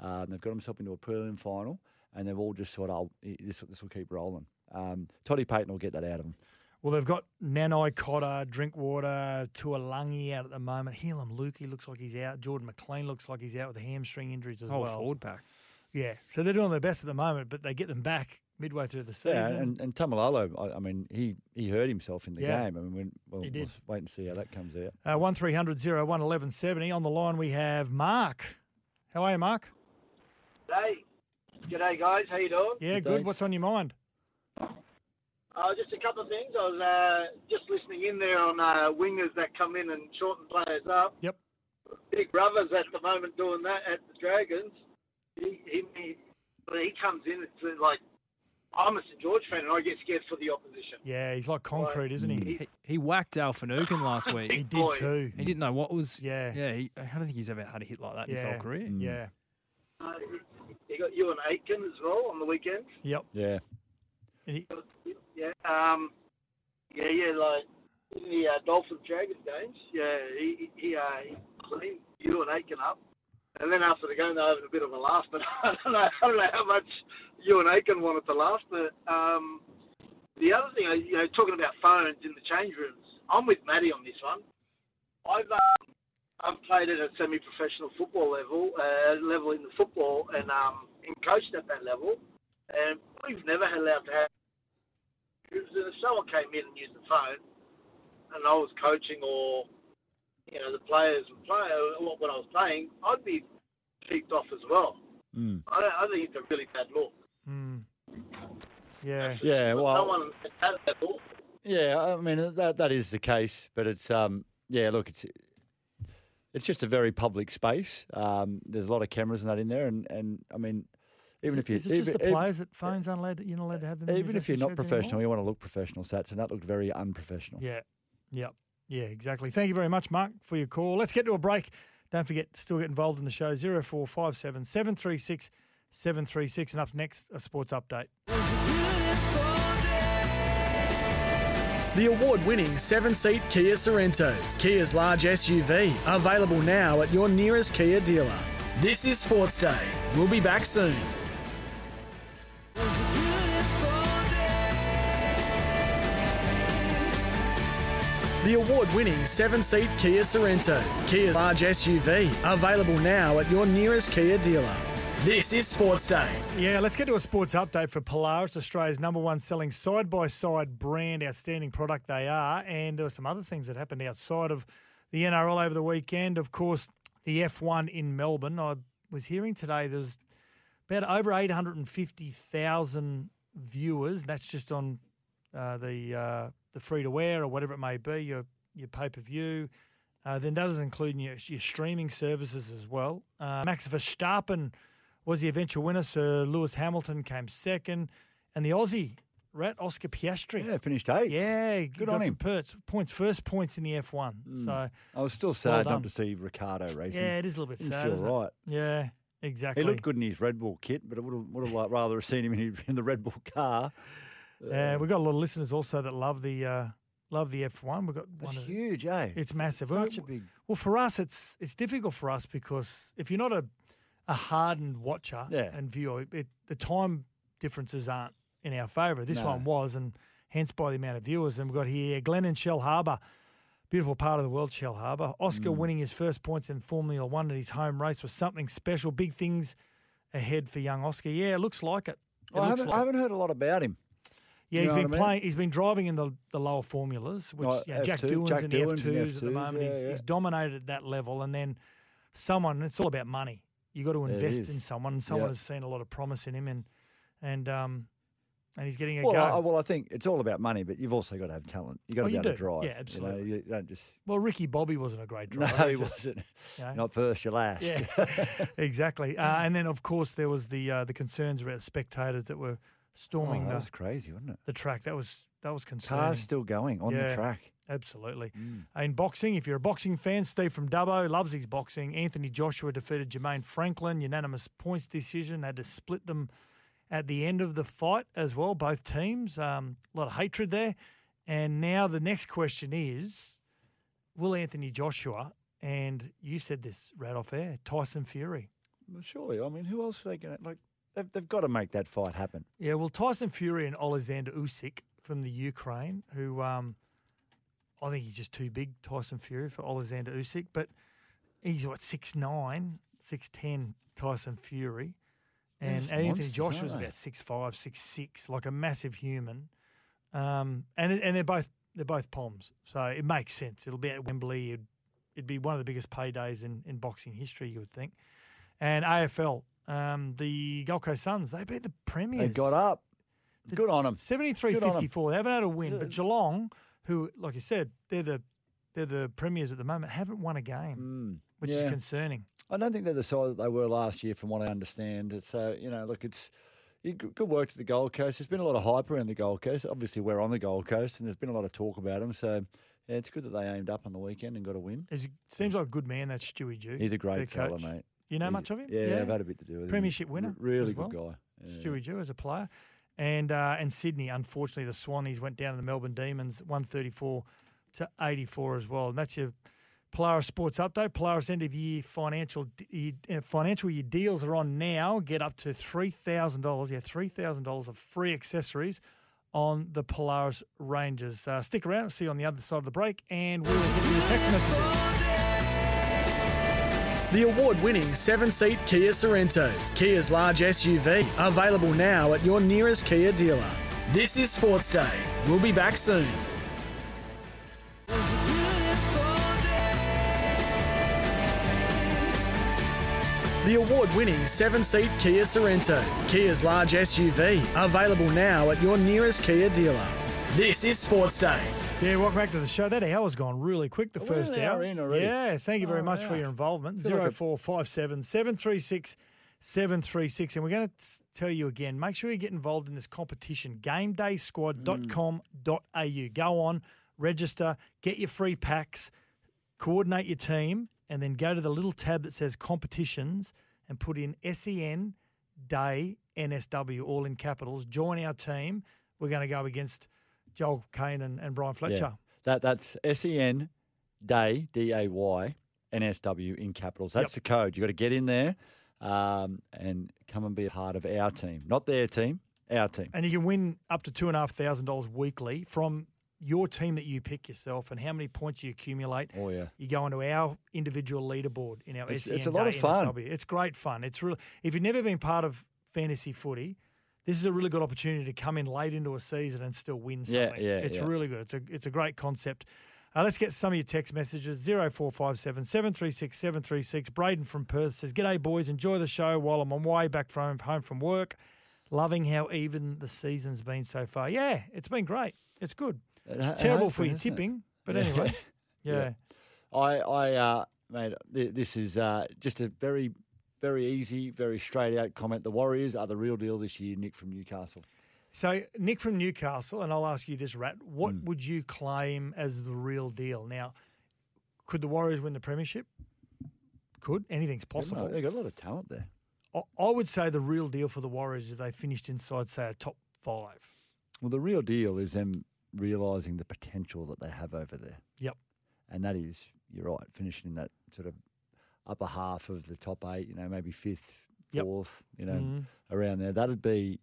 Um, they've got themselves into a prelim final, and they've all just thought, "Oh, i- this this will keep rolling." Um, Toddy Payton will get that out of them. Well, they've got Nanai Cotter, Drinkwater, Tuolangi out at the moment. Helam Lukey looks like he's out. Jordan McLean looks like he's out with hamstring injuries as Oh, well. forward pack. Yeah, so they're doing their best at the moment, but they get them back midway through the season. Yeah, and, and Tamalolo, I, I mean, he he hurt himself in the Yeah. game. I mean, when, well, He we'll did. s- wait and see how that comes out. Uh, one 1170 On the line we have Mark. How are you, Mark? Hey, g'day guys, how you doing? Yeah, Good, good. thanks. What's on your mind? Uh, just a couple of things. I was uh, just listening in there on uh, wingers that come in and shorten players up. Yep. Big Brothers at the moment doing that at the Dragons. He he, he, when he comes in, it's like I'm a St George fan and I get scared for the opposition. Yeah, he's like concrete, isn't he? He, he whacked Al Finucane last week. He He, did too. he didn't know what was. Yeah. Yeah. He, I don't think he's ever had a hit like that in his Yeah. whole career. Yeah. Uh, you got you and Aitken as well on the weekend. Yep. Yeah, And he- Yeah. Um. Yeah, yeah, like in the uh, Dolphins Dragons games. Yeah, he he, he, uh, he cleaned you and Aiken up, and then after the game they had a bit of a laugh. But I don't know, I don't know how much you and Aiken wanted to laugh. But um, the other thing, uh, you know, talking about phones in the change rooms, I'm with Matty on this one. I've um, I've played at a semi-professional football level, uh, level in the football, and um, and coached at that level, and we've never allowed to have if someone came in and used the phone, and I was coaching or you know the players were playing when I was playing, I'd be kicked off as well. Mm. I, don't- I think it's a really bad look. mm. Yeah. yeah. But Well, someone at that level, Yeah, I mean that that is the case, but it's um yeah, look, it's it's just a very public space. Um, there's a lot of cameras and that in there, and and I mean, is even if you it, is it just even- the even- players that phones aren't allowed? You're not allowed to have them. in your even if you're dressing not shirts anymore? professional, you want to look professional, Sats, and that looked very unprofessional. Yeah. Yep. Yeah, exactly. Thank you very much, Mark, for your call. Let's get to a break. Don't forget, still get involved in the show 0457 736 736. And up next, a sports update. The award winning seven seat Kia Sorrento, Kia's large SUV, available now at your nearest Kia dealer. This is Sports Day. We'll be back soon. The award winning seven seat Kia Sorrento, Kia's large SUV, available now at your nearest Kia dealer. This is Sports Day. Yeah, let's get to a sports update for Polaris, Australia's number one selling side by side brand, outstanding product they are. And there were some other things that happened outside of the NRL over the weekend. Of course, the F1 in Melbourne. I was hearing today there's about over 850,000 viewers. That's just on uh, the uh, the free to wear or whatever it may be, your your pay per view. Uh, then that does include your, your streaming services as well. Uh, Max Verstappen was the eventual winner. Sir Lewis Hamilton came second, and the Aussie rat Oscar Piastri. Yeah, finished eighth. Yeah, he Good got on some him. Hmm. Perts, points, first points in the F1. So I was still sad done. not to see Ricardo racing. yeah, it is a little bit Didn't sad. feel isn't it? right. Yeah, He exactly. looked good in his Red Bull kit, but I would have would have rather have seen him in, his- in the Red Bull car. Uh, we've got a lot of listeners also that love the uh, love the F1. We've got That's one. of- huge, eh? It's massive. Such a Well, big. Well, for us, it's it's difficult for us because if you're not a a hardened watcher Yeah. and viewer, it, the time differences aren't in our favour. This No. one was, and hence by the amount of viewers. And we've got here Glenn and Shell Harbour. Beautiful part of the world, Shell Harbour. Oscar Mm. winning his first points in Formula One at his home race was something special. Big things ahead for young Oscar. Yeah, it looks like it. It I, looks haven't, like I it. haven't heard a lot about him. Yeah, You he's know been what I mean? playing. He's been driving in the, the lower formulas, which Like yeah, Jack F2, Doohan's Jack in the Doohan's F in the twos at the F2s, moment. yeah, he's, yeah. he's dominated at that level, and then someone. It's all about money. You got to It invest is. in someone, and someone Yeah. has seen a lot of promise in him, and and um, and he's getting a Well, go. I, well, I think it's all about money, but you've also got to have talent. You've got to Oh, be you able do. to drive. Yeah, you know, absolutely. You, don't just. well, Ricky Bobby wasn't a great driver. no, he just- wasn't. you know. Not first, you're last. Yeah, exactly. Uh, and then, of course, there was the uh, the concerns about spectators that were Oh, storming that the, was crazy, wasn't it? the track. That was that was concerning. Cars still going on Yeah. the track. Mm. Absolutely. In boxing, if you're a boxing fan, Steve from Dubbo loves his boxing. Anthony Joshua defeated Jermaine Franklin, unanimous points decision. Had to split them at the end of the fight as well, both teams. Um, a lot of hatred there. And now the next question is Will Anthony Joshua, and you said this right off air, Tyson Fury? Well, surely, I mean, who else are they going to like? They've, they've got to make that fight happen. Yeah, well, Tyson Fury and Alexander Usyk from the Ukraine, who um, I think he's just too big, Tyson Fury for Alexander Usyk, but he's what six nine, six ten, Tyson Fury, Yeah, and just Anthony monsters, Joshua's aren't they? about six five, six six, like a massive human, um, and and they're both they're both poms, so it makes sense. It'll be at Wembley. It'd, it'd be one of the biggest paydays in, in boxing history, you would think, and AFL. Um, the Gold Coast Suns, they beat the Premiers. They got up. Good on them. 73 Good on 'em. 54. They haven't had a win, but Geelong, who, like you said, they're the they're the premiers at the moment, haven't won a game, which is Mm. yeah. concerning. I don't think they're the side that they were last year, from what I understand. So you know, look, it's you- g- good work to the Gold Coast. There's been a lot of hype around the Gold Coast. Obviously, we're on the Gold Coast, and there's been a lot of talk about them. So yeah, it's good that they aimed up on the weekend and got a win. It seems like a good man, that's Stewie Jew. He's their a great fella, coach. mate. You know He's- much of him? Yeah, I've had a bit to do with him. He's Premiership a winner Really as good well. guy. Yeah. Stewie Jew as a player. And uh, and Sydney, unfortunately, the Swannies went down to the Melbourne Demons, 134 to 84 as well. And that's your Polaris Sports Update. Polaris end of year financial d- year- uh, financial year deals are on now. Get up to $3,000. Yeah, $3,000 of free accessories on the Polaris Rangers. Uh, stick around. See you on the other side of the break. And we will give you the text messages. The award winning seven seat Kia Sorrento, Kia's large SUV, available now at your nearest Kia dealer. This is Sports Day. We'll be back soon. The award winning seven seat Kia Sorrento, Kia's large SUV, available now at your nearest Kia dealer. This is Sports Day. Yeah, welcome back to the show. That hour's gone really quick, the We're first an hour. hour in already. Yeah, thank you very Far much for out. your involvement. Feel like a- 0457 736 736. And we're going to tell you again make sure you get involved in this competition, gamedaysquad.com.au. Go on, register, get your free packs, coordinate your team, and then go to the little tab that says competitions and put in SEN Day NSW, all in capitals. Join our team. We're going to go against Joel Kane and, and Brian Yeah. Fletcher. That that's S E N Day D A Y N S W in capitals. That's the code. You got to get in there um, and come and be a part of our team, not their team, our team. And you can win up to two and a half thousand dollars weekly from your team that you pick yourself and how many points you accumulate. Oh yeah, You go into our individual leaderboard in our It's- SEN it's a lot of Day fun. NSW. It's great fun. It's really if you've never been part of fantasy footy, this is a really good opportunity to come in late into a season and still win Yeah, something. yeah, it's yeah. really good. It's a it's a great concept. Uh, let's get some of your text messages 0457 736 736. Braden from Perth says, G'day, boys. Enjoy the show while I'm on my way back from home from work. Loving how even the season's been so far. Yeah, it's been great. It's good. It ha- it Terrible has for been, your hasn't it? tipping, but Yeah. anyway. Yeah. yeah. I, I, uh, mate, th- this is uh, just a very, very easy, very straight out comment. The Warriors are the real deal this year. Nick from Newcastle. So, Nick from Newcastle, and I'll ask you this, Rat. What Hmm. would you claim as the real deal? Now, could the Warriors win the Premiership? Could. Anything's possible. They've got a lot of talent there. I, I would say the real deal for the Warriors is they finished inside, say, a top five. Well, the real deal is them realizing the potential that they have over there. Yep. and that is you're right, finishing in that sort of upper half of the top eight, you know, maybe fifth, Yep. fourth, you know, Mhm. around there. That'd be,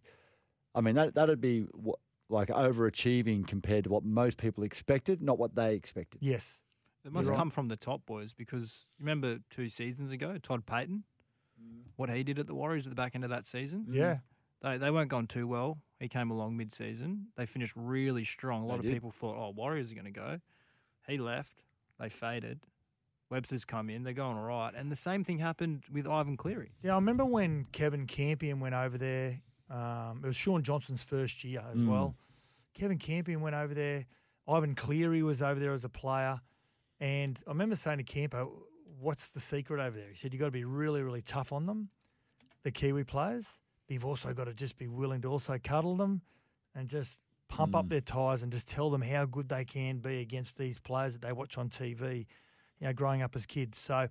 I mean, that that'd be wha- like overachieving compared to what most people expected, not what they expected. Yes. It must You're right. come from the top boys because you remember two seasons ago, Todd Payton, what he did at the Warriors at the back end of that season. Yeah. They, they weren't going too well. He came along mid season. They finished really strong. A lot They of did. people thought, oh, Warriors are going to go. He left. They faded. Webster's come in. They're going all right. And the same thing happened with Ivan Cleary. Yeah, I remember when Kevin Campion went over there. Um, it was Sean Johnson's first year as Mm. well. Kevin Campion went over there. Ivan Cleary was over there as a player. And I remember saying to Campo, what's the secret over there? He said, you've got to be really, really tough on them, the Kiwi players. But you've also got to just be willing to also cuddle them and just pump up their tyres and just tell them how good they can be against these players that they watch on TV, you know, growing up as kids. So,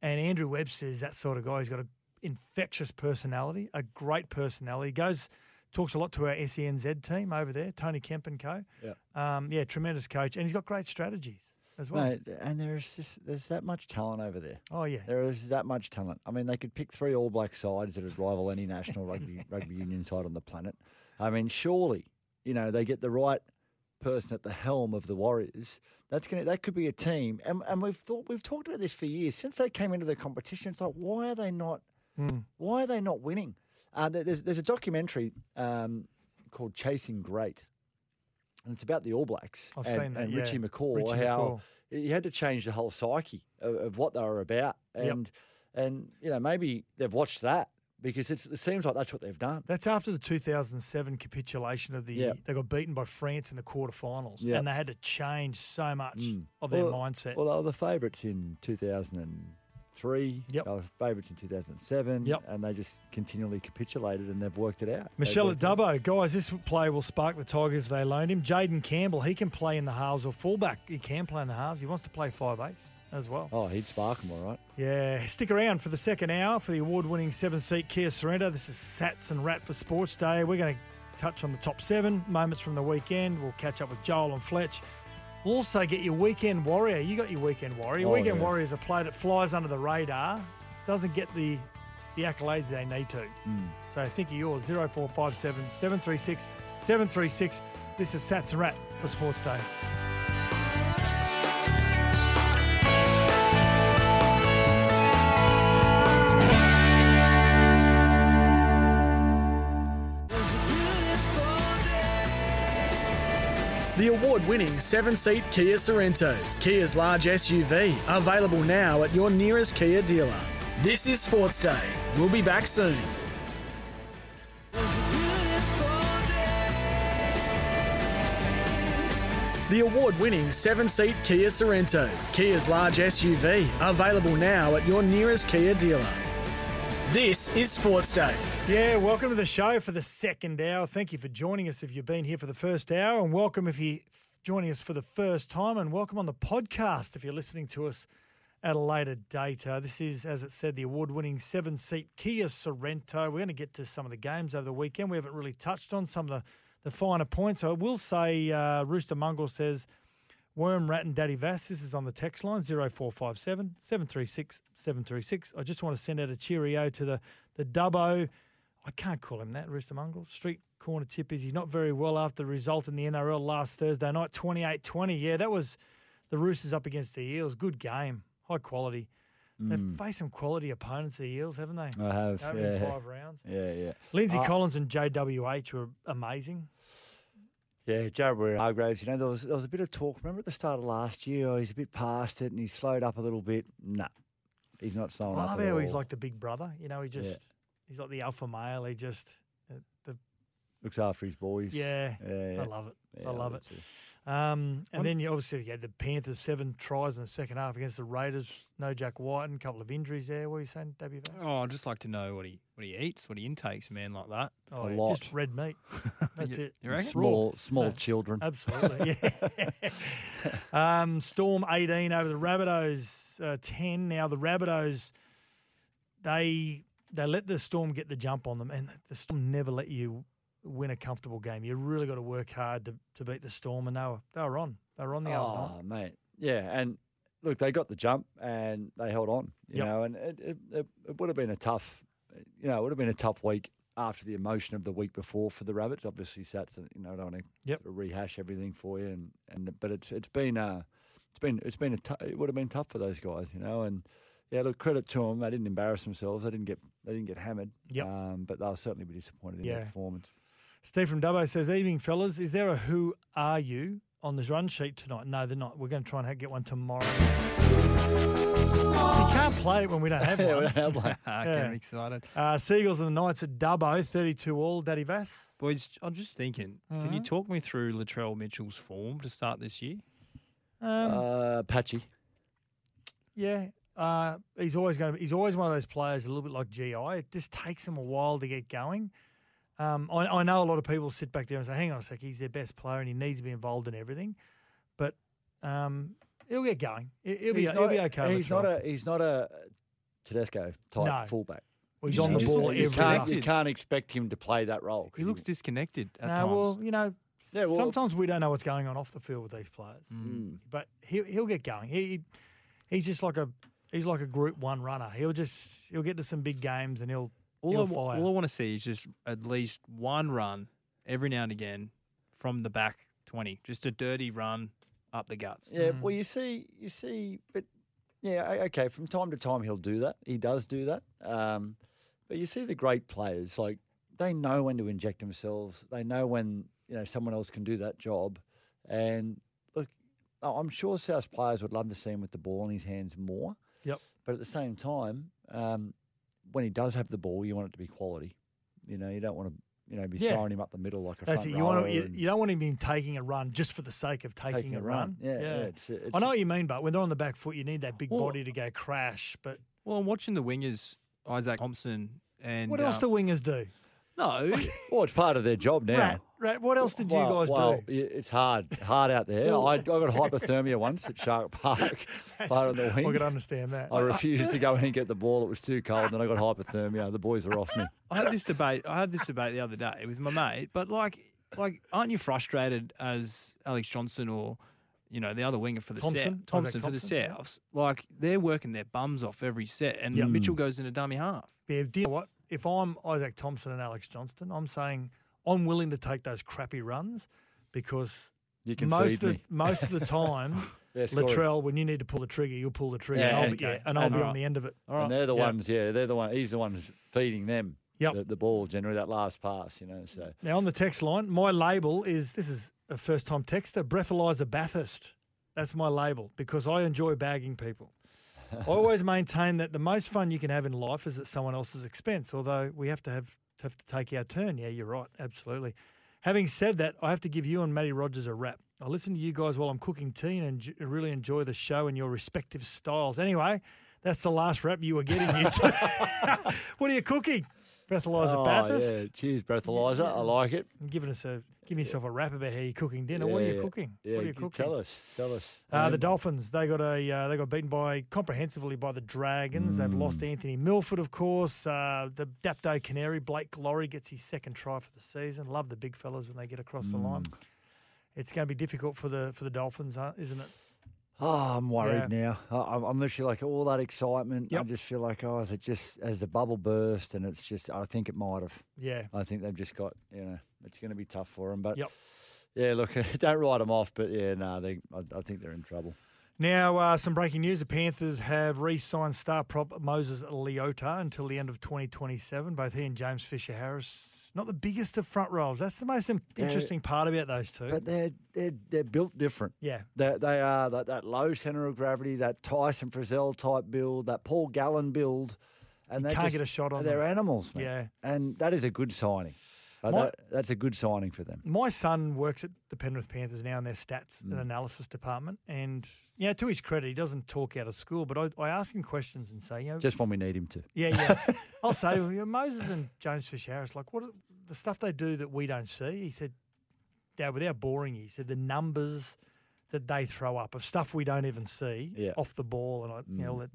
and Andrew Webster is that sort of guy. He's got an infectious personality, a great personality. Goes talks a lot to our SENZ team over there, Tony Kemp and co. Yeah. um, yeah, tremendous coach, and he's got great strategies as well. Mate, and there's just there's that much talent over there. Oh yeah, There is that much talent. I mean, they could pick three All Black sides that would rival any national rugby rugby union side on the planet. I mean, surely you know they get the right person at the helm of the Warriors. That's gonna that could be a team, and and we've thought we've talked about this for years since they came into the competition. It's like why are they not why are they not winning? Uh, there- there's there's a documentary um, called Chasing Great, and it's about the All Blacks I've and, seen that, and yeah. Richie McCaw. Richie how McCaw. he had to change the whole psyche of, of what they were about, Yep. and and you know maybe they've watched that because it's, it seems like that's what they've done. That's after the 2007 capitulation of the. Yeah. They got beaten by France in the quarterfinals, Yeah. Mm. and they had to change so much of their Well, mindset. Well, uh, they were the favourites in 2003. Yep. They were favourites in 2007. Yep. And they just continually capitulated and they've worked it out. They've Michelle worked it out. Dubbo, guys, this player will spark the Tigers. They loaned him. Jaden Campbell, he can play in the halves or fullback. He can play in the halves. He wants to play five eighth as well. Oh, he'd spark them, all right. Yeah, stick around for the second hour for the award winning seven seat Kia Sorrento. This is Sats and Rat for Sports Day. We're going to touch on the top seven moments from the weekend. We'll catch up with Joel and Fletch. We'll also get your weekend warrior. You got your weekend warrior. Oh, weekend yeah. warriors are played that flies under the radar, doesn't get the the accolades they need to. So think of yours 0457 736 736. This is Sats and Rat for Sports Day. The award winning seven seat Kia Sorrento, Kia's large SUV, available now at your nearest Kia dealer. This is Sports Day. We'll be back soon. The award winning seven seat Kia Sorrento, Kia's large SUV, available now at your nearest Kia dealer. This is Sports Day. Yeah, welcome to the show for the second hour. Thank you for joining us if you've been here for the first hour, and welcome if you're joining us for the first time, and welcome on the podcast if you're listening to us at a later date. Uh, this is, as it said, the award winning seven seat Kia Sorrento. We're going to get to some of the games over the weekend. We haven't really touched on some of the, the finer points. I will say, uh, Rooster Mungle says, Worm Rat and Daddy Vass. This is on the text line 0457 736 736. I just want to send out a cheerio to the, the Dubbo. I can't call him that, Rooster Mungrel. Street corner tippers. He's not very well after the result in the NRL last Thursday night, 28 20. Yeah, that was the Roosters up against the Eels. Good game, high quality. They've faced some quality opponents, the Eels, haven't they? Mm. I have. Over yeah. in five rounds. Yeah, yeah. Lindsay Uh, Collins and JWH were amazing. Yeah, Jared Hargraves, you know, there was, there was a bit of talk. Remember at the start of last year, oh, he's a bit past it and he slowed up a little bit. Nah, he's not slowing I up. love at how he's all. like the big brother. You know, he just he's like the alpha male. He just uh, the Looks after his boys. yeah, yeah, yeah. I love it. Yeah, I love it. too. Um, and then you obviously you had the Panthers seven tries in the second half against the Raiders. No Jack White and a couple of injuries there. What are you saying, W? Oh, I'd just like to know what he what he eats, what he intakes, a man like that. Oh, a yeah, lot. just red meat. That's You- it. you reckon? Raw. Small, small No. children. Absolutely. Yeah. um, Storm 18 over the Rabbitohs uh, 10. Now the Rabbitohs, they they let the Storm get the jump on them, and the Storm never let you win a comfortable game. You really got to work hard to, to beat the Storm, and they were they were on. They were on the other night. mate. Oh, Yeah, and look, they got the jump and they held on. You Yep. know, and it, it, it, it would have been a tough, you know, it would have been a tough week after the emotion of the week before for the rabbits. Obviously, Sats, you know, I don't want to Yep. sort of rehash everything for you, and, and but it's it's been uh, it's been it's been a tou- it would have been tough for those guys, you know, and. Yeah, look, credit to them. They didn't embarrass themselves. They didn't get they didn't get hammered. Yep. Um, but they'll certainly be disappointed in Yeah. their performance. Steve from Dubbo says, "Evening, fellas. Is there a who are you on the run sheet tonight? No, they're not. We're going to try and ha- get one tomorrow. You can't play it when we don't have one. Getting excited. Uh, Seagulls and the Knights at Dubbo, 32 all. Daddy Vass. Boys, I'm just thinking, can you Mhm. talk me through Latrell Mitchell's form to start this year? Um, Uh, patchy. yeah, uh, he's always going to. be He's always one of those players, a little bit like Gi. It just takes him a while to get going. Um, I, I know a lot of people sit back there and say, "Hang on a sec, he's their best player and he needs to be involved in everything," but um, he'll get going. It, will be, He's he'll not- be okay. He's not Latrell. a he's not a uh, Tedesco type No. fullback. Well, he's You on just- the ball You every can't, day. you can't expect him to play that role. He looks disconnected at No, times. well, you know, Yeah, well- sometimes we don't know what's going on off the field with these players, Mm. but he'll he'll get going. He he- he's just like a he's like a Group One runner. He'll just he'll get to some big games and he'll all, I, he'll wa- fire. all I want to see is just at least one run every now and again from the back 20. Just a dirty run up the guts. Yeah, well, you see, you see, but yeah, o- okay. From time to time, he'll do that. He does do that. Um, but you see, the great players like they know when to inject themselves. They know when you know someone else can do that job. And look, I- I'm sure South players would love to see him with the ball in his hands more. Yep. But at the same time, um, when he does have the ball, you want it to be quality. You know, you don't want to you know be Yeah. throwing him up the middle like a That's it. front You, want rower to, you, and- you don't want him even taking a run just for the sake of taking, a run. Yeah, yeah, it's- it's- I know what you mean, but when they're on the back foot, you need that big Well- body to go crash. But Well, I'm watching the wingers, Isaac Thompson and. what else uh, do wingers do? No. Well, it's part of their job now. Rat, rat, what else did Well- you guys well, do? y- It's hard, hard out there. Well- I, I got hypothermia once at Shark Park, playing on the I wing. can understand that. I refused to go in and get the ball. It was too cold, and I got hypothermia. The boys were off me. I had this debate. I had this debate the other day with my mate. But like, like, aren't you frustrated as Alex Johnson or, you know, the other winger for the Thompson, South, Thompson Isaac for the Thompson, yeah. Souths? Like, they're working their bums off every set, and Yep. Mitchell goes in a dummy half. Yeah, do you know what? If I'm Isaac Thompson and Alex Johnston, I'm saying I'm willing to take those crappy runs because You can most feed of the, me. most of the time, They're scoring. Latrell, when you need to pull the trigger, you'll pull the trigger, Yeah, and I'll be, okay. yeah, and I'll And- be on alright. the end of it. And they're the Yeah. ones, yeah, they're the one. He's the ones feeding them Yep. the, the ball generally that last pass, you know. So Now on the text line, my label is this is a first time texter, breathalyzer Bathurst. That's my label because I enjoy bagging people. I always maintain that the most fun you can have in life is at someone else's expense, although we have to have, have to take our turn. Yeah, you're right. Absolutely. Having said that, I have to give you and Matty Rogers a rap. I listen to you guys while I'm cooking tea and enj- really enjoy the show and your respective styles. Anyway, that's the last rap you were getting. You two. what are you cooking? Breathalyzer Bathurst? Oh, yeah, cheers, breathalyzer. I like it. And giving us a giving yourself a rap about how you're cooking dinner. what are Yeah, you yeah. cooking? Yeah, what are you g- cooking? Tell us, tell us. Uh, the Um, Dolphins they got a uh, they got beaten by comprehensively by the Dragons. They've lost Mm. Anthony Milford, of course. Uh, the Dapto Canary Blake Glory gets his second try for the season. Love the big fellas when they get across the line. Mm. It's going to be difficult for the for the Dolphins, huh, isn't it? Oh, I'm worried now. I, I'm- I'm literally like all that excitement. I Yep. just feel like, oh, is it just as the bubble burst and it's just, I think it might have. Yeah. I think they've just got, you know, it's going to be tough for them. But Yep. yeah, look, don't write them off. But yeah, no, they, I, I think they're in trouble. Now, uh, some breaking news. The Panthers have re signed star prop Moses Leota until the end of 2027. Both he and James Fisher Harris, not the biggest of front rows. That's the most in- They're- interesting part about those two. But they're, they're, they're built different. yeah. They, they are that, that low center of gravity, that Tyson Frizzell type build, that Paul Gallen build. And You they can't just- get a shot on They're them. animals, mate. Yeah. And that is a good signing. Uh, My- that, that's a good signing for them. My son works at the Penrith Panthers now in their stats Mm. and analysis department. And, you know, to his credit, he doesn't talk out of school, but I, I ask him questions and say, you know, Just when we need him to. Uh, Yeah, yeah. I'll say to him, "Yeah, Moses and James Fish Harris, like, what are the stuff they do that we don't see? He said, Dad, without boring you, he said, the numbers that they throw up of stuff we don't even see Yeah. Mm. off the ball and I, you know, all that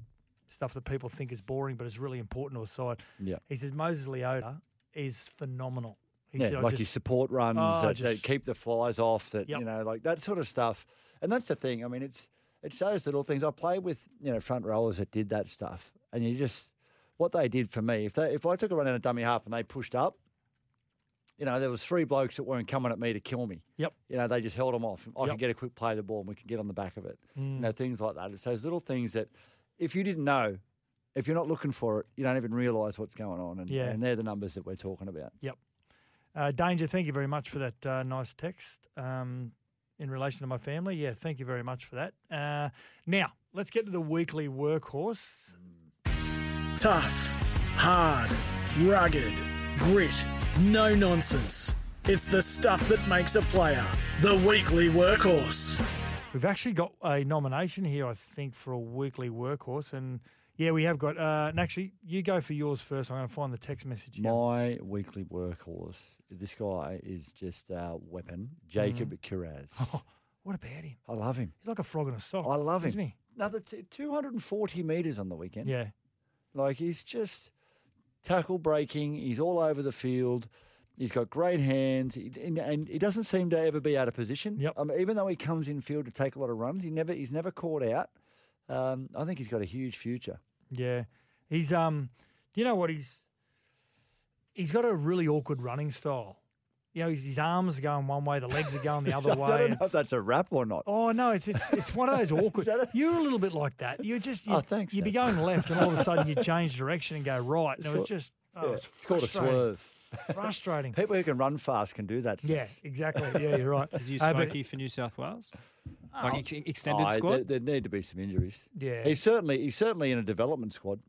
stuff that people think is boring but is really important to a side. Yeah. He says, Moses Leota is phenomenal. He yeah, said, "I like his just- support runs Oh, I that, that just- keep the flies off, that Yep. you know, like that sort of stuff. And that's the thing. I mean, it's it shows little things. I played with you know front rollers that did that stuff, and you just what they did for me. If they if I took a run out of dummy half and they pushed up, you know there was three blokes that weren't coming at me to kill me. Yep. You know they just held them off. I Yep. could get a quick play of the ball, and we could get on the back of it. Mm. You know things like that. It's those little things that if you didn't know, if you're not looking for it, you don't even realise what's going on. And, Yeah. and they're the numbers that we're talking about. Yep. Uh, Danger, thank you very much for that uh, nice text um, in relation to my family. Yeah, thank you very much for that. Uh, now, let's get to the weekly workhorse. Tough, hard, rugged, grit, no nonsense. It's the stuff that makes a player. The weekly workhorse. We've actually got a nomination here, I think, for a weekly workhorse. And yeah, we have got. Uh, and actually, you go for yours first. I'm going to find the text message. Here. My weekly workhorse. This guy is just a weapon. Jacob Curaz. Mm-hmm. What about him? I love him. He's like a frog in a sock. I love him. Isn't he? Another t- 240 metres on the weekend. Yeah. Like he's just tackle breaking. He's all over the field. He's got great hands, he- and, and he doesn't seem to ever be out of position. Yep. Um, even though he comes in field to take a lot of runs, he never he's never caught out. Um, I think he's got a huge future. Yeah. He's um do you know what he's he's got a really awkward running style. You know, his, his arms are going one way, the legs are going the other way. I don't and- know if that's a rap or not. Oh no, it's it's, it's one of those awkward. You're a little bit like that. You're just you, Oh, thanks, You'd be Sam. going left, and all of a sudden you change direction and go right, and It's it was called- just oh, Yeah, it's, it's called a swerve. Frustrating. People who can run fast can do that. Yeah, Sats. exactly. Yeah, you're right. Is you Uh, but- Smokey for New South Wales? Like Oh. ex- extended Oh, there- squad? There, need to be some injuries. Yeah. he's certainly he's certainly in a development squad.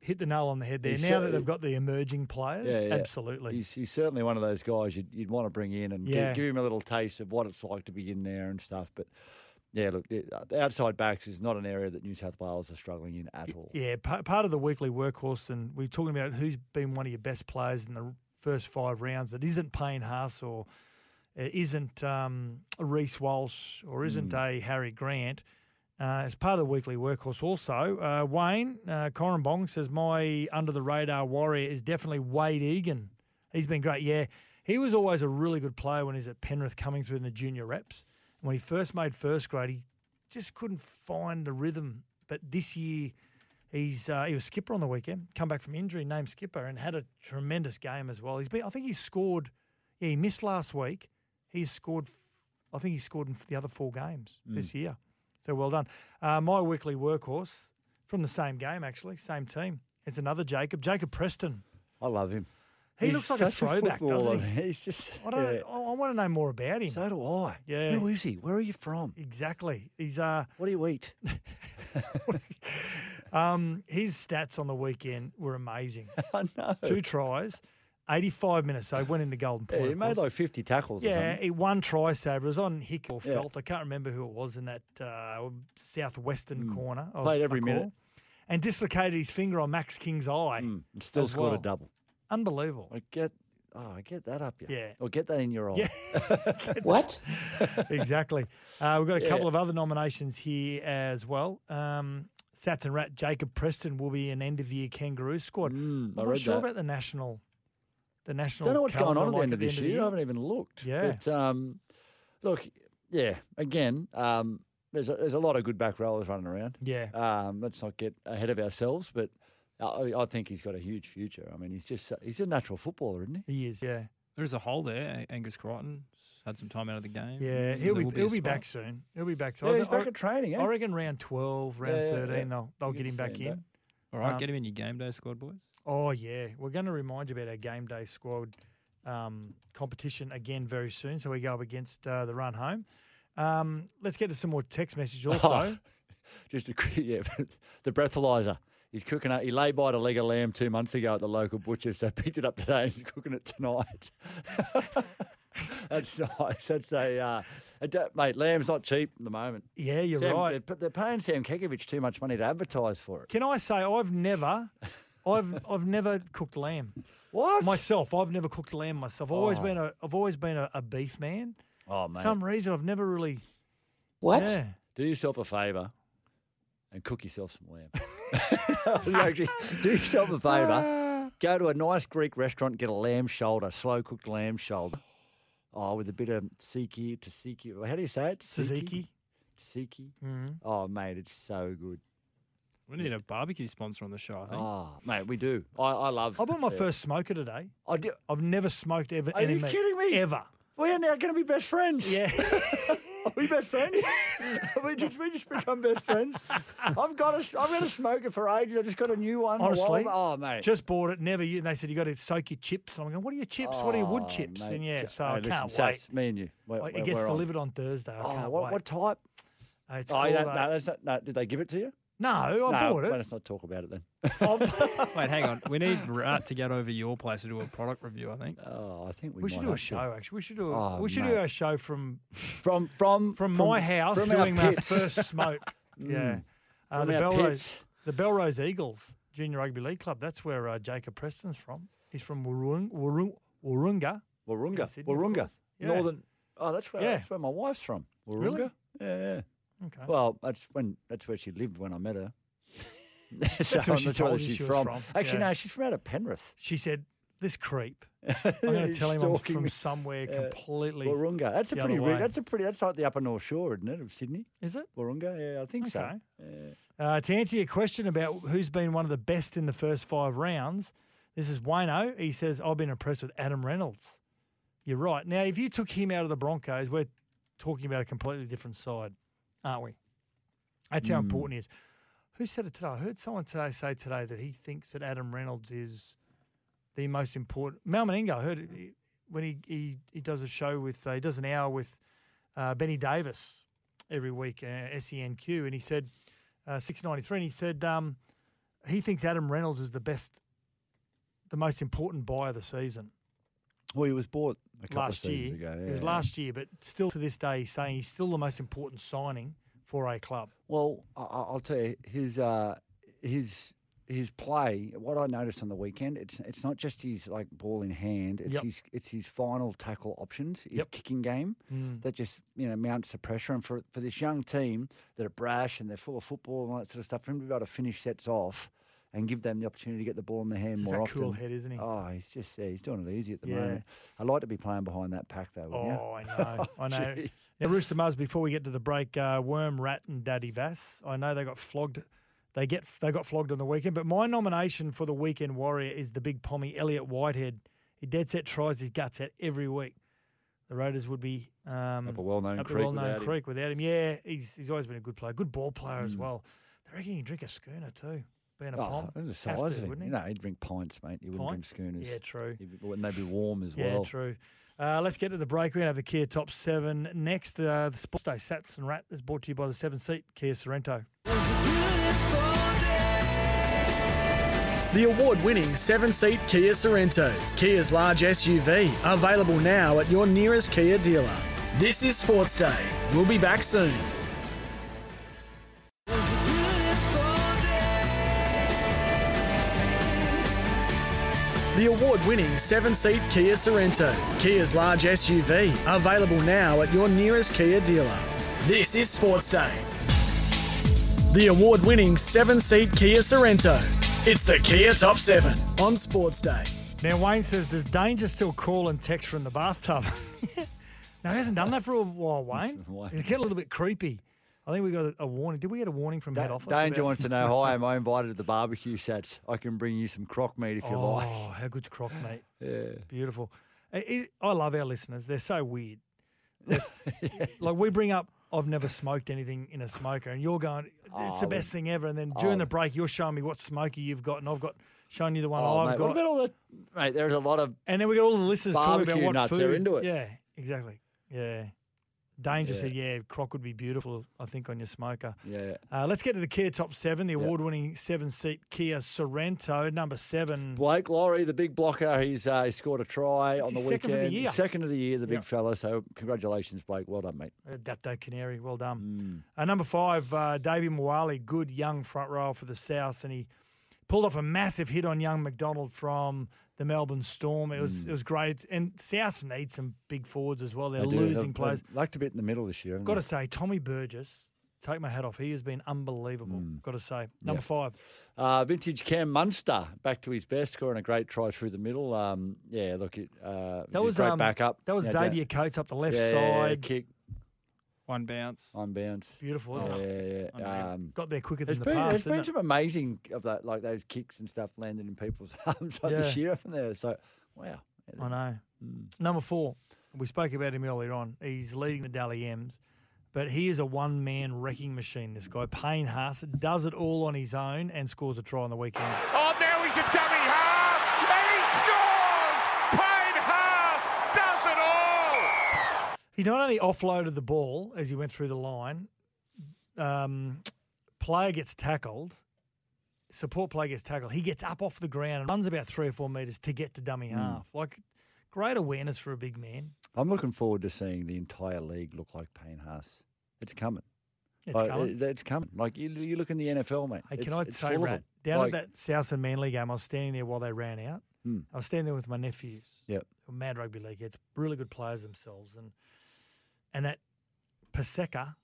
hit the nail on the head there. He's now cer- that they've got the emerging players, Yeah, yeah. absolutely. He's, he's certainly one of those guys you'd, you'd want to bring in and gi- Yeah. give, him a little taste of what it's like to be in there and stuff. But yeah, look, the uh, the outside backs is not an area that New South Wales are struggling in at all. Yeah, pa- part of the weekly workhorse, and we're talking about who's been one of your best players in the r- first five rounds. It isn't Payne Haas or it isn't um, Reese Walsh or isn't a Harry Grant. Uh, as part of the weekly workhorse, also uh, Wayne uh, Corin Bong says my under the radar warrior is definitely Wade Egan. He's been great. Yeah, he was always a really good player when he's at Penrith, coming through in the junior reps. When he first made first grade, he just couldn't find the rhythm. But this year, he's uh, he was skipper on the weekend, come back from injury, named skipper, and had a tremendous game as well. He's been, I think he scored. Yeah, he missed last week. He scored. I think he scored in the other four games Hmm. this year. So well done. Uh, my weekly workhorse from the same game, actually, same team. It's another Jacob, Jacob Preston. I love him. He He's looks like a such throwback, footballer. doesn't he? He's just. I don't. yeah. I, I want to know more about him. So do I. Yeah. Who is he? Where are you from? exactly. He's uh, What do you eat? um, his stats on the weekend were amazing. I know. Two tries, eighty-five minutes. So he went into golden point. Yeah, he of made course. like 50 tackles or Yeah, something. he won try saver. It was on Hick or Yeah. Felt. I can't remember who it was in that uh, southwestern corner. Of Hmm. Played every minute. Macaw. And dislocated his finger on Max King's eye. Mm, and still as scored well. a double. Unbelievable. I get, oh, I get that up you. Yeah. Or get that in your eye. Yeah. What? exactly. Uh, we've got a couple Yeah. of other nominations here as well. Um, Sats and Rat, Jacob Preston will be an end of year Kangaroo squad. Mm, I I'm not read sure that. about the national. The national. Don't know what's going calendar on at the like end of this year. I the haven't even looked. Yeah. But um, look, yeah. Again, um, there's a, there's a lot of good back rollers running around. year. Yeah. Um, let's not get ahead of ourselves, but I, I think he's got a huge future. I mean, he's just he's a natural footballer, isn't he? He is. Yeah. There is a hole there. A- Angus Crichton had some time out of the game. Yeah. There He'll Mm, be, will he'll a be spot. back soon. He'll be back soon. Yeah, I- he's I- back at training. Eh? I reckon round 12, round Yeah, yeah, 13, yeah. they'll, they'll You're get him gonna back see in. him All right, Um, get him in your game day squad, boys. Oh, yeah. We're going to remind you about our game day squad um, competition again very soon. So we go up against uh, the run home. Um, let's get to some more text messages also. Oh, just a quick- yeah, the breathalyzer. He's cooking it. He lay by a leg of lamb two months ago at the local butcher, so picked it up today and he's cooking it tonight. That's nice. That's a, uh, a da- mate. Lamb's not cheap at the moment. Yeah, you're Sam, right. they're- But they're paying Sam Kekovich too much money to advertise for it. Can I say I've never, I've I've never cooked lamb What? myself. I've never cooked lamb myself. I've always Oh. been a I've always been a, a beef man. oh, mate. Some reason I've never really What? Yeah. Do yourself a favour and cook yourself some lamb. Actually, do yourself a favour. Go to a nice Greek restaurant, get a lamb shoulder, slow cooked lamb shoulder. Oh, with a bit of tzatziki, tzatziki. How do you say it? Tzatziki. tzatziki. Mhm. Oh, mate, it's so good. We need a barbecue sponsor on the show, I think. Ah, mate, we do. I, I love. I bought my yeah. first smoker today. I do. I've never smoked ever. Are any you meat, kidding me? Ever. We are now going to be best friends. Yeah. Are we best friends? we just we just become best friends. I've got a s- I've got a smoker for ages. I just got a new one. a while Honestly, ago. oh mate, just bought it. Never. u- And they said you got to soak your chips. And I'm going. What are your chips? what are your Oh, wood chips? mate, And yeah, ju- so hey, I listen, can't wait. Sats, me and you. We're, Well, we're- it gets we're on. delivered on Thursday. I Oh, can't what, wait. what type? Uh, It's Oh, called, that, uh, no, that's not, no, did they give it to you? no, I no, bought it. Let's not talk about it then. Wait, hang on. We need Rat to get over your place to do a product review, I think. Oh, I think We we, might should do a have to. show. Actually, we should do. A, Oh, we should mate. do a show from from from from, my house from our doing my pits. Mm. first smoke. yeah, uh, From the our Belrose, pits. the Belrose Eagles Junior Rugby League Club. That's where uh, Jacob Preston's from. He's from Wurung, Wurung, Wurunga. in Warunga, Sydney, of Warunga, course. Yeah. northern. Oh, that's where Yeah. that's where my wife's from. Warunga. Really? Yeah, yeah. Okay. Well, that's when that's where she lived when I met her. so where I'm she not sure told where you she's she was from. from. Actually, Yeah. no, she's from out of Penrith. she said, "This creep." I'm going to He's tell him I'm stalking from me. somewhere completely. Warunga. That's a the other pretty. Re- way. that's a pretty. That's like the Upper North Shore, isn't it, of Sydney? Is it? Warunga. Yeah, I think so. Okay. Uh, to answer your question about who's been one of the best in the first five rounds, this is Wayno. He says, I've been impressed with Adam Reynolds. You're right. Now, if you took him out of the Broncos, we're talking about a completely different side, aren't we? That's how Hmm. important he is. Who said it today? I heard someone today say today that he thinks that Adam Reynolds is the most important. Mal Meningo, I heard it, when he, he, he does a show with, uh, he does an hour with uh, Benny Davis every week, uh, SENQ, and he said, uh, 693, and he said um, he thinks Adam Reynolds is the best, the most important buy of the season Well, he was bought a couple last of year. seasons ago. It was yeah. last year, but still to this day, he's saying he's still the most important signing for a club. Well, I, I- I'll tell you his uh, his his play. What I noticed on the weekend, it's it's not just his like ball in hand. It's Yep. his it's his final tackle options, his Yep. kicking game Mm. that just you know mounts the pressure. And for for this young team that are brash and they're full of football and all that sort of stuff, for him to be able to finish sets off and give them the opportunity to get the ball in their hand He's more that often. cool head, isn't he? Oh, he's just yeah, he's doing it easy at the Yeah. moment. I like to be playing behind that pack though. Wouldn't Oh, I know. I know. Gee. Now, Rooster Muzz, before we get to the break, uh, Worm Rat and Daddy Vass. I know they got flogged. They get they got flogged on the weekend, but my nomination for the weekend warrior is the big pommy Elliot Whitehead. He dead set tries his guts out every week. The Raiders would be um, Up a well-known up the creek well-known without him. Hmm. creek without him. Yeah, he's he's always been a good player, good ball player as well. They reckon he can drink a schooner too, being a Oh, pom. that's the Have size to, of him. wouldn't he? You know, he'd drink pints, mate. He wouldn't drink Pints? schooners. Yeah, true. He'd be- Wouldn't they be warm as Yeah, well? true. Uh, let's get to the break. We're going to have the Kia Top 7 next. Uh, the Sports Day Sats and Rat is brought to you by the 7 seat Kia Sorrento. The award winning seven seat Kia Sorrento, Kia's large SUV, available now at your nearest Kia dealer. This is Sports Day. We'll be back soon. The award winning seven seat Kia Sorrento, Kia's large SUV, available now at your nearest Kia dealer. This is Sports Day. The award winning seven seat Kia Sorrento. It's the Kia Top 7 on Sports Day. Now, Wayne says, Does Danger still call and text from the bathtub? now, he hasn't done that for a while, Wayne. Wayne. It get a little bit creepy. I think we got a, a warning. Did we get a warning from head Da- office? Danger about- wants to know, hi, am I invited to the barbecue sets? I can bring you some croc meat if you oh, like. how good's croc, mate? Yeah. Beautiful. I- I- I love our listeners. They're so weird. Like, like, we bring up, I've never smoked anything in a smoker, and you're going, it's the Oh, best thing ever. And then during the break, you're showing me what smoker you've got, and I've got showing you the one Oh, I've mate, what got. about all the, mate, there's a lot of, and then we got all the listeners talking about Barbecue what nuts, food. they're into it. Yeah, exactly. Yeah. Danger said, yeah, croc would be beautiful, I think, on your smoker. yeah. Uh, let's get to the Kia Top 7, the award winning seven seat Kia Sorrento, number seven. Blake Laurie, the big blocker, he's uh, he scored a try on the his weekend. second of the year. Second of the year, the Yeah. big fella. So congratulations, Blake. Well done, mate. Uh, Dapto Canary, well done. Mm. Uh, number five, uh, Davey Mwali, good young front row for the South, and he pulled off a massive hit on young McDonald from the Melbourne Storm. It was Mm. it was great, and South need some big forwards as well. They're They do. They've- losing they've players. Liked a bit in the middle this year. haven't Got they? to say, Tommy Burgess, take my hat off. He has been unbelievable. Mm. Got to say, number five. Uh, vintage Cam Munster back to his best, scoring a great try through the middle. Um, yeah, look, it, uh, That was great um, back up. That was Yeah, Xavier Coates up the left yeah, yeah, yeah, side. kick. One bounce. One bounce. Beautiful, Yeah, wasn't yeah, it? yeah. I mean, Um, got there quicker There's than the been, past. there's been didn't some amazing of that, like those kicks and stuff landing in people's arms like Yeah. this year from there. So, wow. it? I know. Number four, we spoke about him earlier on. He's leading the Dally M's, but he is a one man wrecking machine, this guy. Payne Haas does it all on his own and scores a try on the weekend. Oh, now he's a dummy half, and he scores! Payne Haas does it all! He not only offloaded the ball as he went through the line, um, player gets tackled, support player gets tackled. He gets up off the ground and runs about three or four metres to get to dummy Mm. half. Like, great awareness for a big man. I'm looking forward to seeing the entire league look like Payne Haas. It's coming. It's Like, coming. it- it's coming. Like, you, you look in the NFL, mate. Hey, it's, can I it's say, full of Rat, them. down Like, at that South and Manly game, I was standing there while they ran out. Mm. I was standing there with my nephews, Yep. who are mad rugby league kids, really good players themselves. And and that Paseka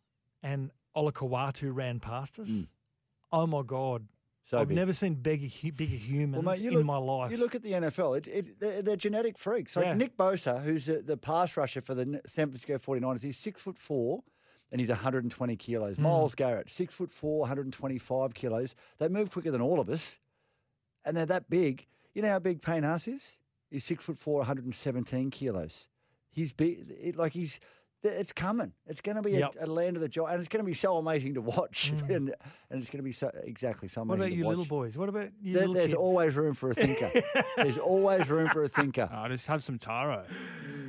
and Olakawatu ran past us. Mm. Oh my God. So I've big. never seen bigger, hu- bigger humans mate, you in look- my life. You look at the NFL, it, it, they're, they're genetic freaks. Like Yeah. Nick Bosa, who's the, the pass rusher for the N- San Francisco 49ers, he's six foot four and he's 120 kilos. Mm. Miles Garrett, six foot four, 125 kilos. They move quicker than all of us and they're that big. You know how big Payne Haas is? He's six foot four, 117 kilos. He's big, it, like he's. It's coming. It's going to be Yep. a, a land of the giant, and it's going to be so amazing to watch, Mm. and and it's going to be so exactly so amazing. what about to you watch. little boys? What about you There- little there's kids? always room for a thinker. there's always room for a thinker. Mm. I just have some taro,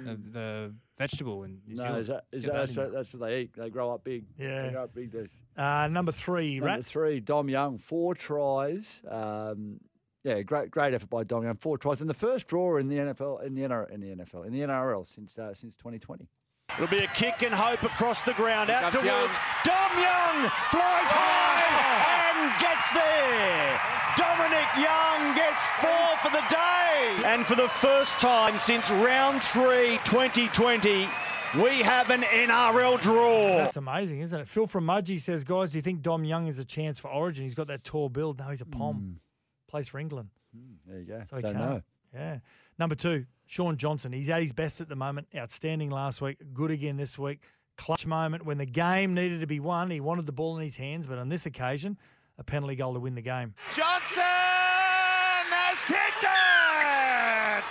the, the vegetable in New no, Zealand. is that, is Get that, in that's, there. what, that's what they eat. They grow up big. Yeah. They grow up big. Those. Uh, number three, Number Rat. three, Dom Young, four tries. Um, yeah, great, great effort by Dom Young, four tries, and the first draw in the NFL, in the NRL, in the NFL, in the NRL since uh, since 2020. It'll be a kick and hope across the ground. Out comes towards Young. Dom Young flies Oh, high and gets there. Dominic Young gets four for the day. And for the first time since round three, 2020, we have an NRL draw. That's amazing, isn't it? Phil from Mudgee says, guys, do you think Dom Young is a chance for Origin? He's got that tall build. No, he's a pom. Mm. Plays for England. There you go. Hmm. So he So, can't. no. Yeah. Number two, Sean Johnson. He's at his best at the moment. Outstanding last week. Good again this week. Clutch moment when the game needed to be won. He wanted the ball in his hands, but on this occasion, a penalty goal to win the game. Johnson has kicked it!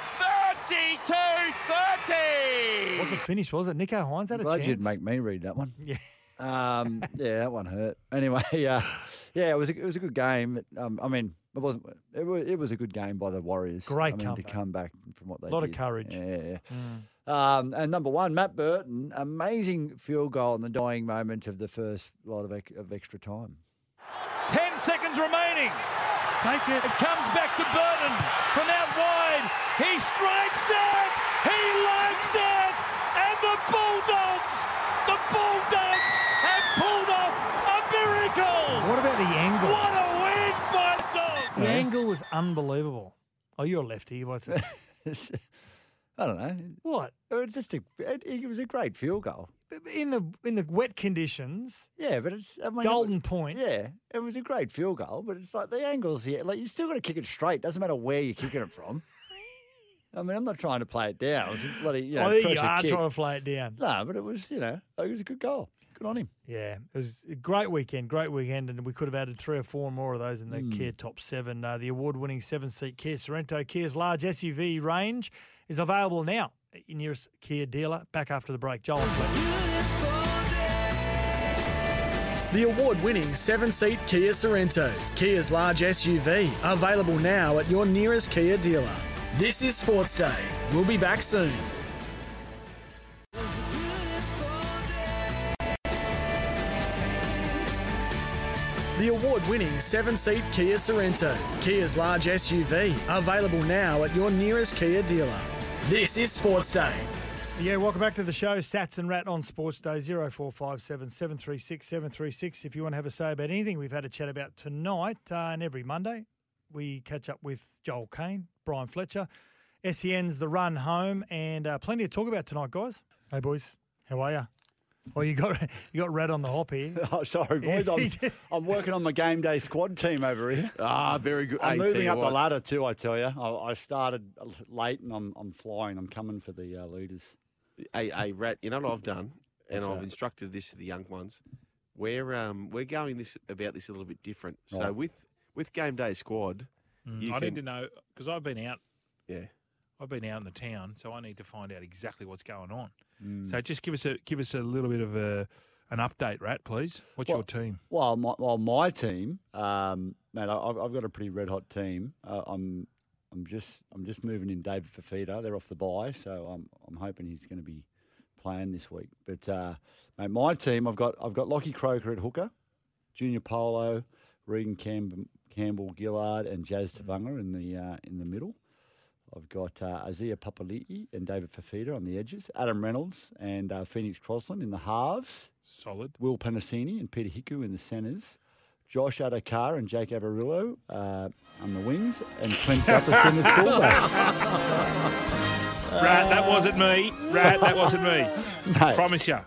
32 What's it finish? Was it Nico Hines had a Glad chance? you'd make me read that one. Yeah. Um, yeah, that one hurt. Anyway, yeah, yeah, it was a, it was a good game. Um, I mean, it wasn't. It was, it was a good game by the Warriors. Great I mean, comeback. to come back from what they Lot of did. courage. Mm. Yeah, yeah. yeah. Um, and number one, Matt Burton, amazing field goal in the dying moment of the first lot of, ex- of extra time. 10 seconds remaining. Take it. It comes back to Burton from out wide. He strikes it. He likes it. And the Bulldogs, the Bulldogs have pulled off a miracle. What about the angle? What a win by the Dogs. The angle was unbelievable. Oh, you're a lefty. What's it? I don't know. what? It was just a. It, it was a great field goal. In the in the wet conditions, Yeah, but it's I mean, it was- golden point. Yeah, it was a great field goal, but it's like the angles here. Like you still got to kick it straight. Doesn't matter where you're kicking it from. I mean, I'm not trying to play it down. It's just bloody, you know, I think you pressure are kick. trying to play it down. No, but it was, you know, it was a good goal. Good on him. Yeah, it was a great weekend, great weekend, and we could have added three or four more of those in Hmm. the Kia Top 7. Uh, the award-winning seven-seat Kia Sorento, Kia's large SUV range, is available now at your nearest Kia dealer. Back after the break. Joel and Fletcher. The award winning seven seat Kia Sorrento, Kia's large SUV, available now at your nearest Kia dealer. This is Sports Day. We'll be back soon. The award winning seven seat Kia Sorrento, Kia's large SUV, available now at your nearest Kia dealer. This is Sports Day. Yeah, welcome back to the show. Sats and Rat on Sports Day, 0457 736 736. If you want to have a say about anything we've had a chat about tonight uh, and every Monday, we catch up with Joel Kane, Brian Fletcher, SEN's The Run Home, and uh, plenty to talk about tonight, guys. Hey, boys, how are you? Well, you got you got Rat on the hop here. Oh, sorry, boys. I'm, I'm working on my game day squad team over here. Ah, very good. I'm Hey, tell moving you up what. the ladder too, I tell you. I, I started late and I'm, I'm flying. I'm coming for the uh, leaders. Hey, hey, Rat, you know what I've done? and What's I've that? instructed this to the young ones. We're um, we're going this about this a little bit different. So Right. with with game day squad, Mm, you I can, need to know because I've been out. Yeah. I've been out in the town, so I need to find out exactly what's going on. So just give us a give us a little bit of a an update, Rat, please. What's your team? Well, my, well, my team, um, mate, I- I've, I've got a pretty red hot team. Uh, I'm, I'm just, I'm just moving in David Fafita. They're off the bye, so I'm, I'm hoping he's going to be playing this week. But uh, mate, my team, I've got, I've got Lockie Croker at hooker, Junior Polo, Regan Camb- Campbell Gillard, and Jazz Tavanga in the, uh, in the middle. I've got uh, Azia Papali'i and David Fafita on the edges, Adam Reynolds and uh, Phoenix Crosland in the halves. Solid. Will Panasini and Peter Hiku in the centres. Josh Adakar and Jake Avarillo uh, on the wings, and Clint Gutherson as fullback. Rat, that wasn't me. Rat, that wasn't me. Mate. Promise you.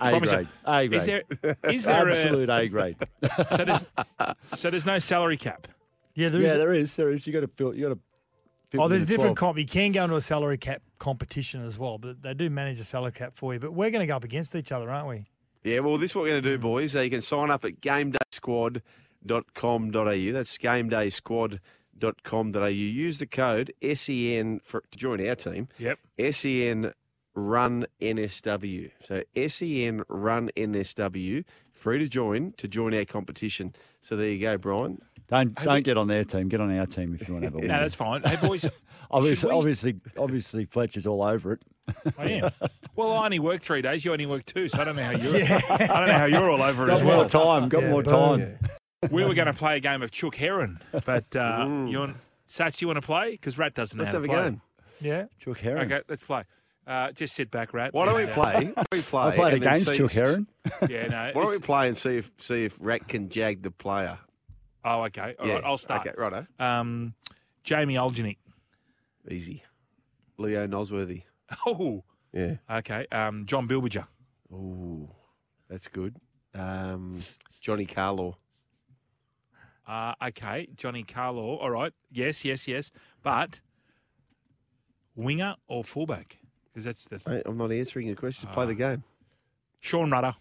A Promise ya. grade. A grade. Is there? Is there Absolute a, A grade. So there's, so there's no salary cap. Yeah, there yeah, is- there is. There is. You got to fill. You got to. Oh, there's different comp. You can go into a salary cap competition as well, but they do manage a salary cap for you. But we're going to go up against each other, aren't we? Yeah, well, this is what we're going to do, boys. Uh, you can sign up at gamedaysquad.com.au. That's gamedaysquad.com.au. Use the code SEN for, to join our team. Yep. SEN E Run NSW. So SEN Run NSW. Free to join to join our competition. So there you go, Brian. Don't Hey, don't but- get on their team. Get on our team if you want to have a win. No, that's fine. Hey, boys, should obviously, we- obviously, obviously, Fletcher's all over it. I am. Well, I only work three days. You only work two, so I don't know how you're. I don't know how you're all over it Got as more well. time. Got more time. We were going to play a game of Chook Heron, but uh, you want, Sach, you want to play? Because Rat doesn't Let's know how have to a play. game. Yeah. Chuck Heron. Okay, let's play. Uh, just sit back, Rat. Why don't we Yeah. play? Why don't we play I played and then against see- Chuck Heron. Yeah, no. Why don't we it's- play and see if see if Rat can jag the player? Oh, okay. All Yeah, right, I'll start. Okay, righto. Um, Jamie Olgenick. Easy. Leo Nosworthy. Oh, Yeah. okay. Um, John Bilbiger. Ooh, that's good. Um, Johnny Carlaw. Uh, okay, Johnny Carlaw. All right. Yes, yes, yes. But winger or fullback? Because that's the Mate, I'm not answering your question. Play Ah. the game. Sean Rudder.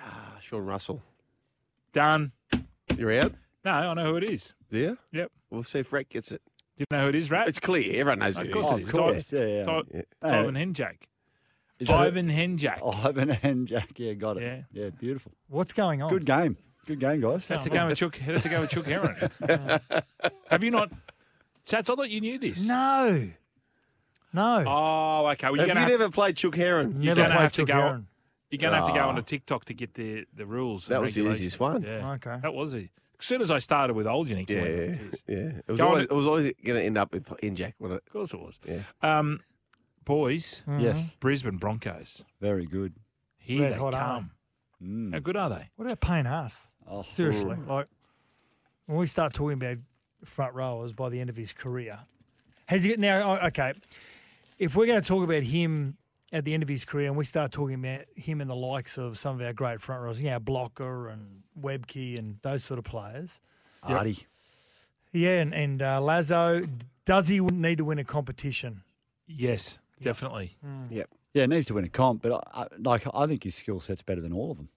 Ah, Sean Russell. Done. You're out? No, I know who it is. Yeah? Yep. We'll see if Rat gets it. Do you know who it is, Rat? It's clear. Everyone knows who Of it is. course it is. Ivan- Ivan- Ivan Henjak. Ivan Henjak. Oh, Ivan Henjack. Yeah, got it. Yeah, beautiful. What's going on? Good game. Good game, guys. That's a Oh. game of Chuck. That's a game of Chuck Heron. Have you not? Sats, I thought you knew this. No. No. Oh, okay. Well, Have you're you gonna have, never played Chuck Heron? you're gonna have to go. Heron. You're gonna have to go Ah. on to TikTok to get the the rules. That and was the regulations. easiest one. Yeah. Okay. That was it. As soon as I started with Olgenick, I Yeah, went, yeah, "Geez." yeah. It was Go on always, to- it was always going to end up with Injack, wasn't it? Of course it was. Yeah. Um, boys, Yes. Brisbane Broncos. Very good. Mm. Here Mm-hmm. Red they hot, come. aren't How good are they? What about paying us? Oh. Seriously. Like, when we start talking about front rowers by the end of his career, has he now? oh, Okay. If we're going to talk about him at the end of his career and we start talking about him and the likes of some of our great front rowers, you know, Blocker and Webkey and those sort of players. Artie. Yeah, and, and uh, Lazo, does he need to win a competition? Yes, definitely. Mm. Yep. Yeah, needs to win a comp, but I, I, like I think his skill set's better than all of them.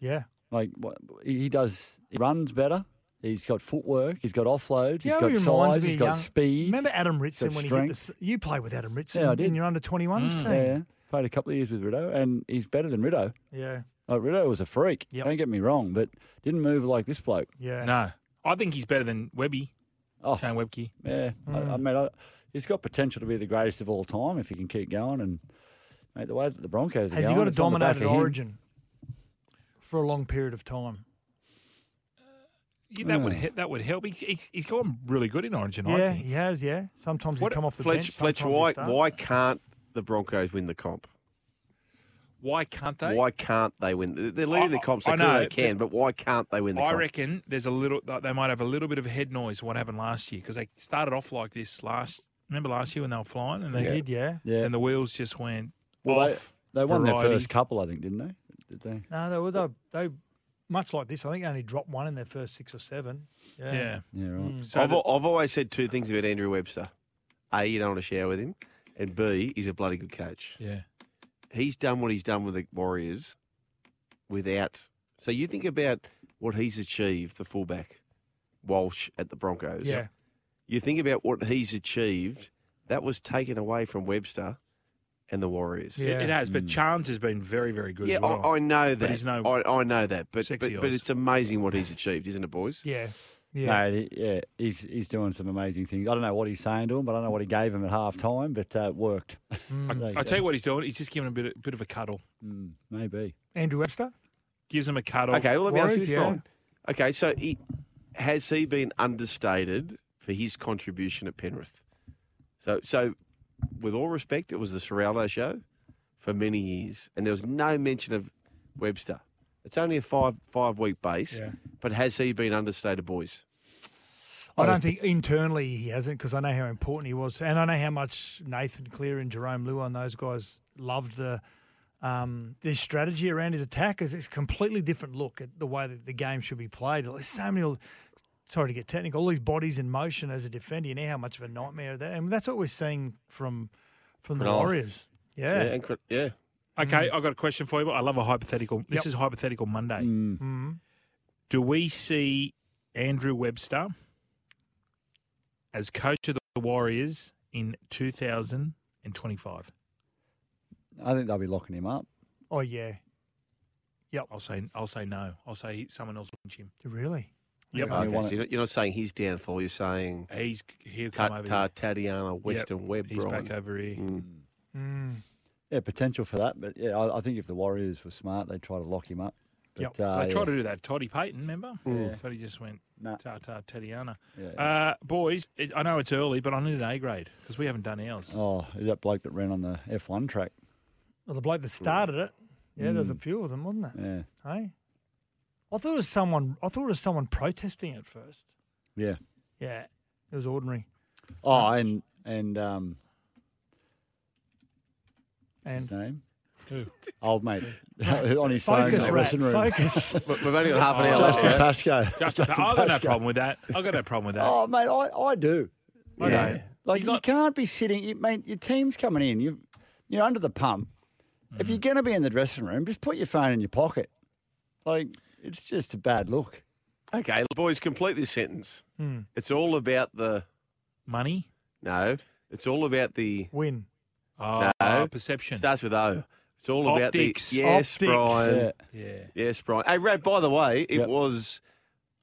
Yeah. Like what, he he does, he runs better. He's got footwork. He's got offloads. You He's know got who he size. me He's of got young- speed. Remember Adam Ritson got when he hit the, strength. s- you played with Adam Ritson Yeah, I did. Mm. in your under 21s team. Yeah, yeah. played a couple of years with Rideau, and he's better than Rideau. Yeah. Like Rideau was a freak. Don't get me wrong, but didn't move like this bloke. Yeah. No, I think he's better than Webby. Oh. Shane Webke. Yeah, I, I Mm. mean, I, he's got potential to be the greatest of all time if he can keep going. And mate, the way that the Broncos are Has he going, got a it's on the back dominated of him. origin for a long period of time? Yeah, Mm. that would Yeah. he- that would help. He's, he's, he's gone really good in Origin. I yeah, think. he has. Yeah, sometimes What- he come off the Fletch, bench. Fletch, sometimes he why, start. why can't the Broncos win the comp? Why can't they? Why can't they win? They're leading the I- comp, I so clearly know, they can, but why can't they win the I comp? reckon there's a little. They might have a little bit of head noise. What happened last year? Because they started off like this last. Remember last year when they were flying and they They did, yeah. Yeah. And the wheels just went Well, they, off. they won variety. their first couple, I think, didn't they? Did they? No, they were they, they much like this. I think they only dropped one in their first six or seven. Yeah. Yeah. Yeah, right. Mm. I've, I've always said two things about Andrew Webster: a, you don't want to shower with him, and b, he's a bloody good coach. Yeah. he's done what he's done with the Warriors without. So you think about what he's achieved, the fullback Walsh at the Broncos. Yeah. You think about what he's achieved. That was taken away from Webster and the Warriors. It- It, has, Mm. but Chance has been very, very good. Hmm. Yeah, as well. I, I know that. But he's no. I, I know that. But, but, sexy but eyes. it's amazing what he's achieved, isn't it, boys? Yeah. No, he- yeah, he's he's doing some amazing things. I don't know what he's saying to him, but I know what he gave him at half time, but uh, it worked. Hmm. I tell you what he's doing. He's just giving him a bit, bit of a cuddle. maybe Andrew Webster gives him a cuddle. Hmm, Okay, well, let me ask you this, Brian. Okay, so he, has he been understated for his contribution at Penrith? So, so with all respect, it was the Serraldo show for many years, and there was no mention of Webster. It's only a five five week base, Yeah. but has he been understated, boys? I don't think internally he hasn't because I know how important he was, and I know how much Nathan Clear and Jerome Luan those guys loved the um, the strategy around his attack. It's, it's a completely different look at the way that the game should be played. There's so many. old- Sorry to get technical. All these bodies in motion as a defender. You know how much of a nightmare that, and that's what we're seeing from from the Cronulla. Warriors. Yeah. Hmm. and cr- yeah. Okay, I've got a question for you, but I love a hypothetical. This Yep. is hypothetical Monday. Hmm. Mm. Do we see Andrew Webster as coach of the Warriors in 2025? I think they'll be locking him up. Oh yeah. Yep. I'll say I'll say no. I'll say he, someone else will lynch him. Really? Yep. Okay, so you're, not, you're not saying his downfall. You're saying he's he'll Ta- come over Ta- here. Tatiana Western Yep, Webb. Mm. he's Brian. back over here. Mm. Yeah, potential for that, but yeah, I, I think if the Warriors were smart, they'd try to lock him up. But, Yep. uh, they tried yeah. to do that. Toddy Payton, remember? Mm. Yeah. Toddy just went ta ta Tatiana. Yeah. Uh, boys, it, I know it's early, but I need an A grade because we haven't done ours. Oh, is that bloke that ran on the F1 track? Well, the bloke that started it. Yeah, there's a Mm. few of them, wasn't there? Yeah, Hey, I thought it was someone. I thought it was someone protesting at first. yeah. Yeah, it was ordinary. Oh, and and um, what's his name? Who? Old mate on his Focus, phone. in the Rat, dressing room. focus. We've only got half an hour Justin left, yeah. Pascoe. Justin, Pa- I've got no problem with that. I've got no problem with that. Oh, mate, I, I do. I know. Like you can't be sitting. You, mate, your team's coming in. You you're under the pump. If you're going to be in the dressing room, just put your phone in your pocket. Like it's just a bad look. Okay, boys, complete this sentence. Hmm. It's all about the money. No, it's all about the win. Oh, no. perception starts with O. It's all about Optics. the yes, Optics. Brian. Yeah. Yeah. Yes, Brian. Hey, Rad. By the way, it was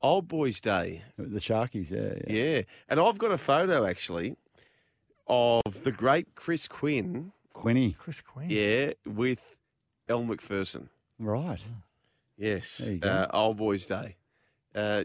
Old Boys Day. The Sharkies. Yeah, yeah, And I've got a photo actually of the great Chris Quinn. Quinny. Chris Quinn. Yeah, with El McPherson. Right. Yes. There you go. Uh, old Boys Day. Uh,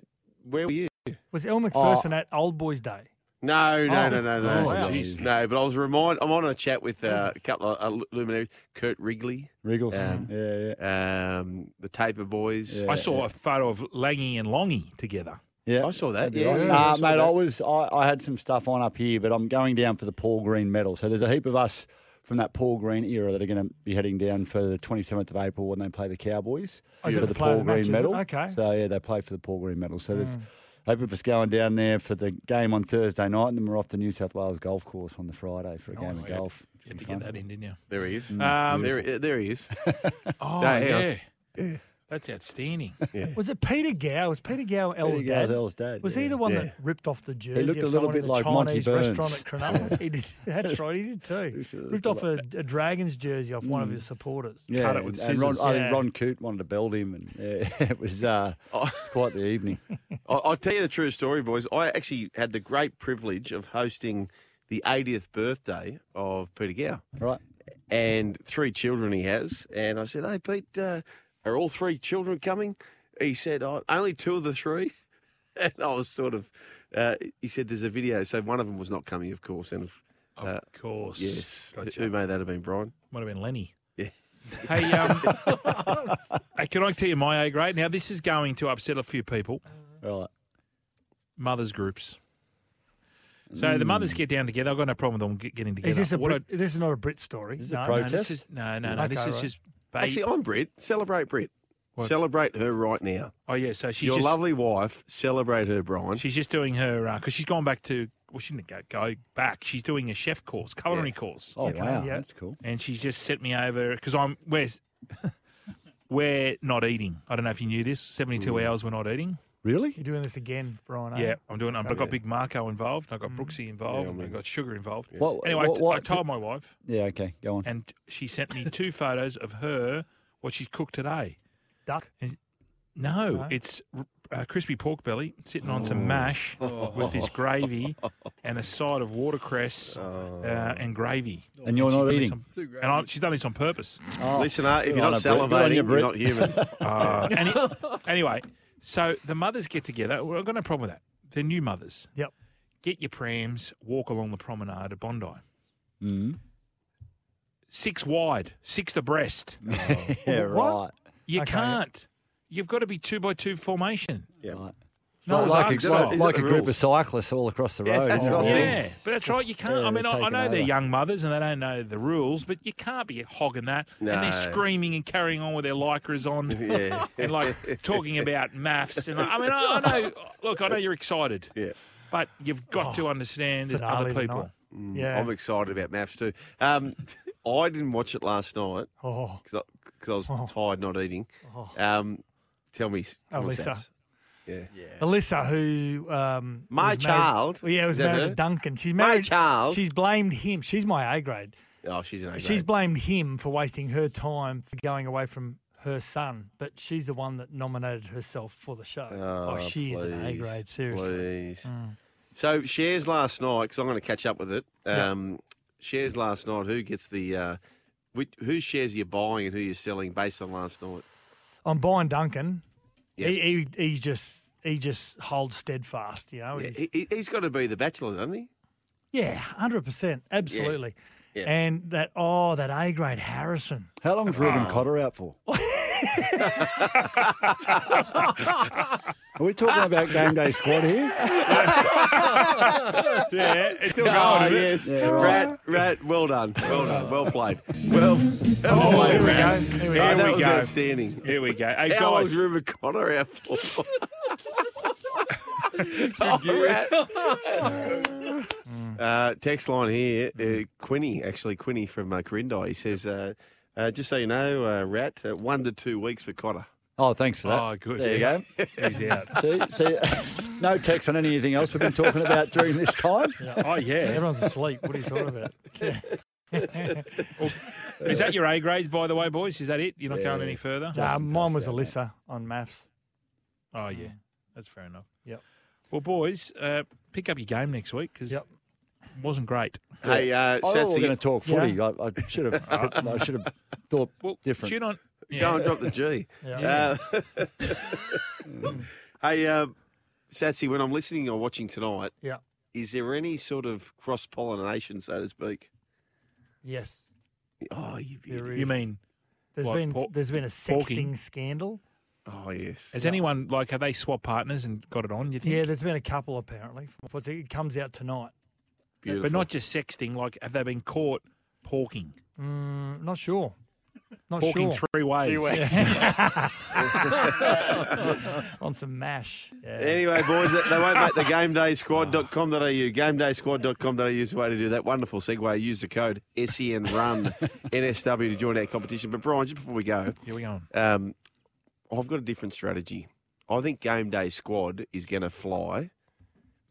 where were you? Was El Oh. McPherson at Old Boys Day? No, no, Oh. no, no, no, Oh, wow. Jeez. no. But I was reminded. I'm on a chat with uh, a couple of uh, luminaries, Kurt Wrigley, Wriggles, um, yeah, yeah, um, the Taper Boys. I saw a photo of Langy and Longy together. Yeah, I saw that. That'd be Yeah, right. yeah, Uh, yeah, I mate, saw that. I was I, I had some stuff on up here, but I'm going down for the Paul Green medal. So there's a heap of us from that Paul Green era that are going to be heading down for the 27th of April when they play the Cowboys Oh, is it for the the player Paul of the match, Green is it? medal. Okay. So yeah, they play for the Paul Green medal. So there's Mm. a heap of us going down there for the game on Thursday night, and then we're off to New South Wales golf course on the Friday for a game of you had- golf. You had to get that in, didn't you? There he Mm. is. Um, there, he- there he is. Oh, No, hang on. yeah. That's outstanding. Yeah. Was it Peter Gow? Was Peter Gow El's Peter Gow's dad? El's dad, Was he yeah. the one Yeah. that ripped off the jersey? He looked of a little someone in bit the like Monty Chinese Burns. restaurant at Cronulla? he did. That's right. He did too. ripped off a, a Dragons jersey off one of Mm. his supporters. and- and Ron, I think Ron Coote wanted to belt him, and yeah, it was uh, it's quite the evening. Oh. I- I'll tell you the true story, boys. I actually had the great privilege of hosting the 80th birthday of Peter Gow. Right. And three children he has. And I said, hey, Pete, uh, are all three children coming? He said, oh, only two of the three. And I was sort of, uh, he said, there's a video. So one of them was not coming, of course. And of, Of course. Yes. Gotcha. Who may that have been, Brian? Might have been Lenny. Yeah. Hey, um, hey, can I tell you my A grade? Now, this is going to upset a few people. Right. Mothers groups. So the Mm. mothers get down together. I've got no problem with them get- getting together. Is this a What I- Brit, this is not a Brit story? Is it No, no, this protest? is- no, no, no, this is just ba- Actually, I'm Brit. Celebrate Brit. Celebrate her right now. Oh yeah, so she's your just- lovely wife. Celebrate her, Brian. uh, She's just doing her because she's gone back to well, she didn't go, go back. She's doing a chef course, culinary course. Oh, Okay, wow. yeah. That's cool. And she's just sent me over because I'm we're we're not eating. I don't know if you knew this. Seventy two Mm. hours we're not eating. Really? You're doing this again, Brian. eh? Yeah, I'm doing. I've Okay. got Big Marco involved. I've got Mm. Brooksy involved. Yeah, I and I've mean- got Sugar involved. Yeah. What- anyway, I what- t- I what- told my wife, Yeah, okay, go on. and she sent me two photos of her what she's cooked today. Duck. And, no, No? it's uh, crispy pork belly sitting on some mash with this gravy and a side of watercress Oh. uh, and gravy. And you're she's not done this eating? on- and I, she's done this on purpose. Oh. Listen, uh, if Good you're on not her, Brit. Good on you, salivating, you're Brit. not human. Uh, any- anyway, so the mothers get together. Well, I've got no problem with that. They're new mothers. Yep. Get your prams, walk along the promenade of Bondi. Mm. Six wide, six the breast. Yeah, right. You Okay. can't. You've got to be two by two formation. Yeah. No, Not it's like arc a, style. like, like a group of cyclists all across the road. Yeah, isn't it? but that's right. You can't. Yeah, I mean, they're I, I taking know they're over. young mothers and they don't know the rules, but you can't be hogging that. And No. they're screaming and carrying on with their lycras on, Yeah. and like talking about maths. And I mean, I, I know. Look, I know you're excited. Yeah. But you've got Oh, to understand there's other people. Mm, Yeah. I'm excited about maths too. Um, I didn't watch it last night Oh. because I, was tired not eating. Um, tell me, Oh, what's Lisa. that? Yeah. Alyssa, who um, My was married- child? Well, yeah, Is was that married her? to Duncan. She's married. My child. She's blamed him. She's my A grade. Oh, she's an A She's grade. blamed him for wasting her time for going away from her son, but she's the one that nominated herself for the show. Oh, she is an A please, grade, seriously. Please. Mm. So shares last night because I'm going to catch up with it. Yeah. Um, Shares last night. Who gets the? Uh, which, whose shares you're buying and who you're selling based on last night? I'm buying Duncan. Yeah. He, he he just he just holds steadfast, you know. Yeah, He's- he, he- he's got to be the bachelor, doesn't he? Yeah, hundred percent, absolutely. Yeah. And that oh, that A grade Harrison. How long's Ruben Oh. Cotter out for? Mm. Are we talking about game day squad here? yeah, it's still Oh, going. yes. Yeah, right. Rat, rat, well done. Well done. Well played. Well, well played, Rat. Here Oh, we go. that Here we was go. outstanding. Here we go. Hey, How guys. long's Ruben Connor out for? Oh, gear. Rat. Uh, text line here, uh, Quinny, actually, Quinny from uh, Corindai. He says, uh, uh, just so you know, uh, Rat, uh, one to two weeks for Cotter. Oh, thanks for that. Oh, good. There Yeah. you go. He's out. See, see, no text on anything else we've been talking about during this time. Oh, yeah. Everyone's asleep. What are you talking about? Is that your A grades, by the way, boys? Is that it? You're not going any further? Nah, Um, mine was Alyssa on maths. Oh, yeah. That's fair enough. Yep. Well, boys, uh, pick up your game next week because Yep. it wasn't great. Hey, uh, I thought we Satsy- were going to talk footy. I, I should have. I should have thought different. Tune on. Go and drop the G. Yeah. Mm. Uh, hey, uh, Satsy, when I'm listening or watching tonight, Yeah. is there any sort of cross pollination, so to speak? Yes. Oh, you, There You is. mean There's what, been por- there's been a porking? sexting scandal. Oh, yes. Has anyone, like, have they swapped partners and got it on, you think? Yeah, there's been a couple apparently. from what's- It comes out tonight. But not just sexting, like, have they been caught porking? Mm, not sure. Not Porking sure. three ways. Three ways. Yeah. On some mash. Yeah. Anyway, boys, they- they won't make the gamedaysquad.com.au. Gamedaysquad.com.au is the way to do that. Wonderful segue. Use the code SEN Run NSW to join our competition. But, Brian, just before we go, Here we go. um, I've got a different strategy. I think game day squad is going to fly.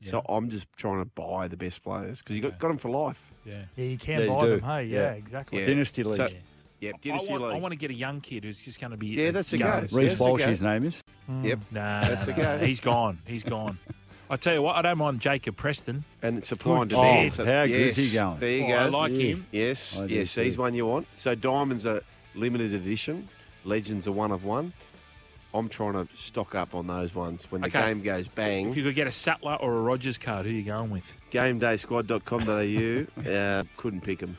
So I'm just trying to buy the best players because you got, got them for life. Yeah. Yeah, you can Yeah, you buy do. them. Hey, yeah, Yeah. exactly. Yeah. Dynasty league. So- Yeah, I Dynasty want, I League. want to get a young kid who's just going to be. Yeah, that's a go. guy. Reece That's a Walsh, go. his name is. Yep. Nah, That's nah, a go. nah. He's gone. He's gone. I tell you what, I don't mind Jacob Preston. And supply and Good demand. kid. So- How good yes, is he going? There you Oh, go. I like Yeah. him. Yes, I do yes, he's too. one you want. So diamonds are limited edition. Legends are one of one. I'm trying to stock up on those ones when the Okay. game goes bang. If you could get a Sattler or a Rogers card, who you going with? Gamedaysquad.com.au. uh, couldn't pick them.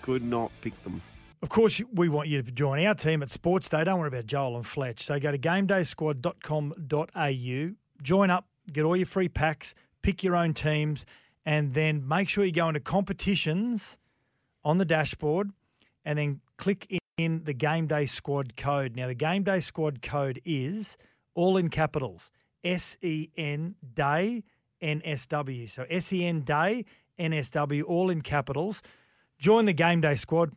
Could not pick them. Of course, we want you to join our team at Sports Day. Don't worry about Joel and Fletch. So go to gamedaysquad.com.au, join up, get all your free packs, pick your own teams, and then make sure you go into competitions on the dashboard and then click in the Game Day Squad code. Now, the Game Day Squad code is all in capitals S E N Day NSW. So SEN Day, NSW, all in capitals. Join the game day squad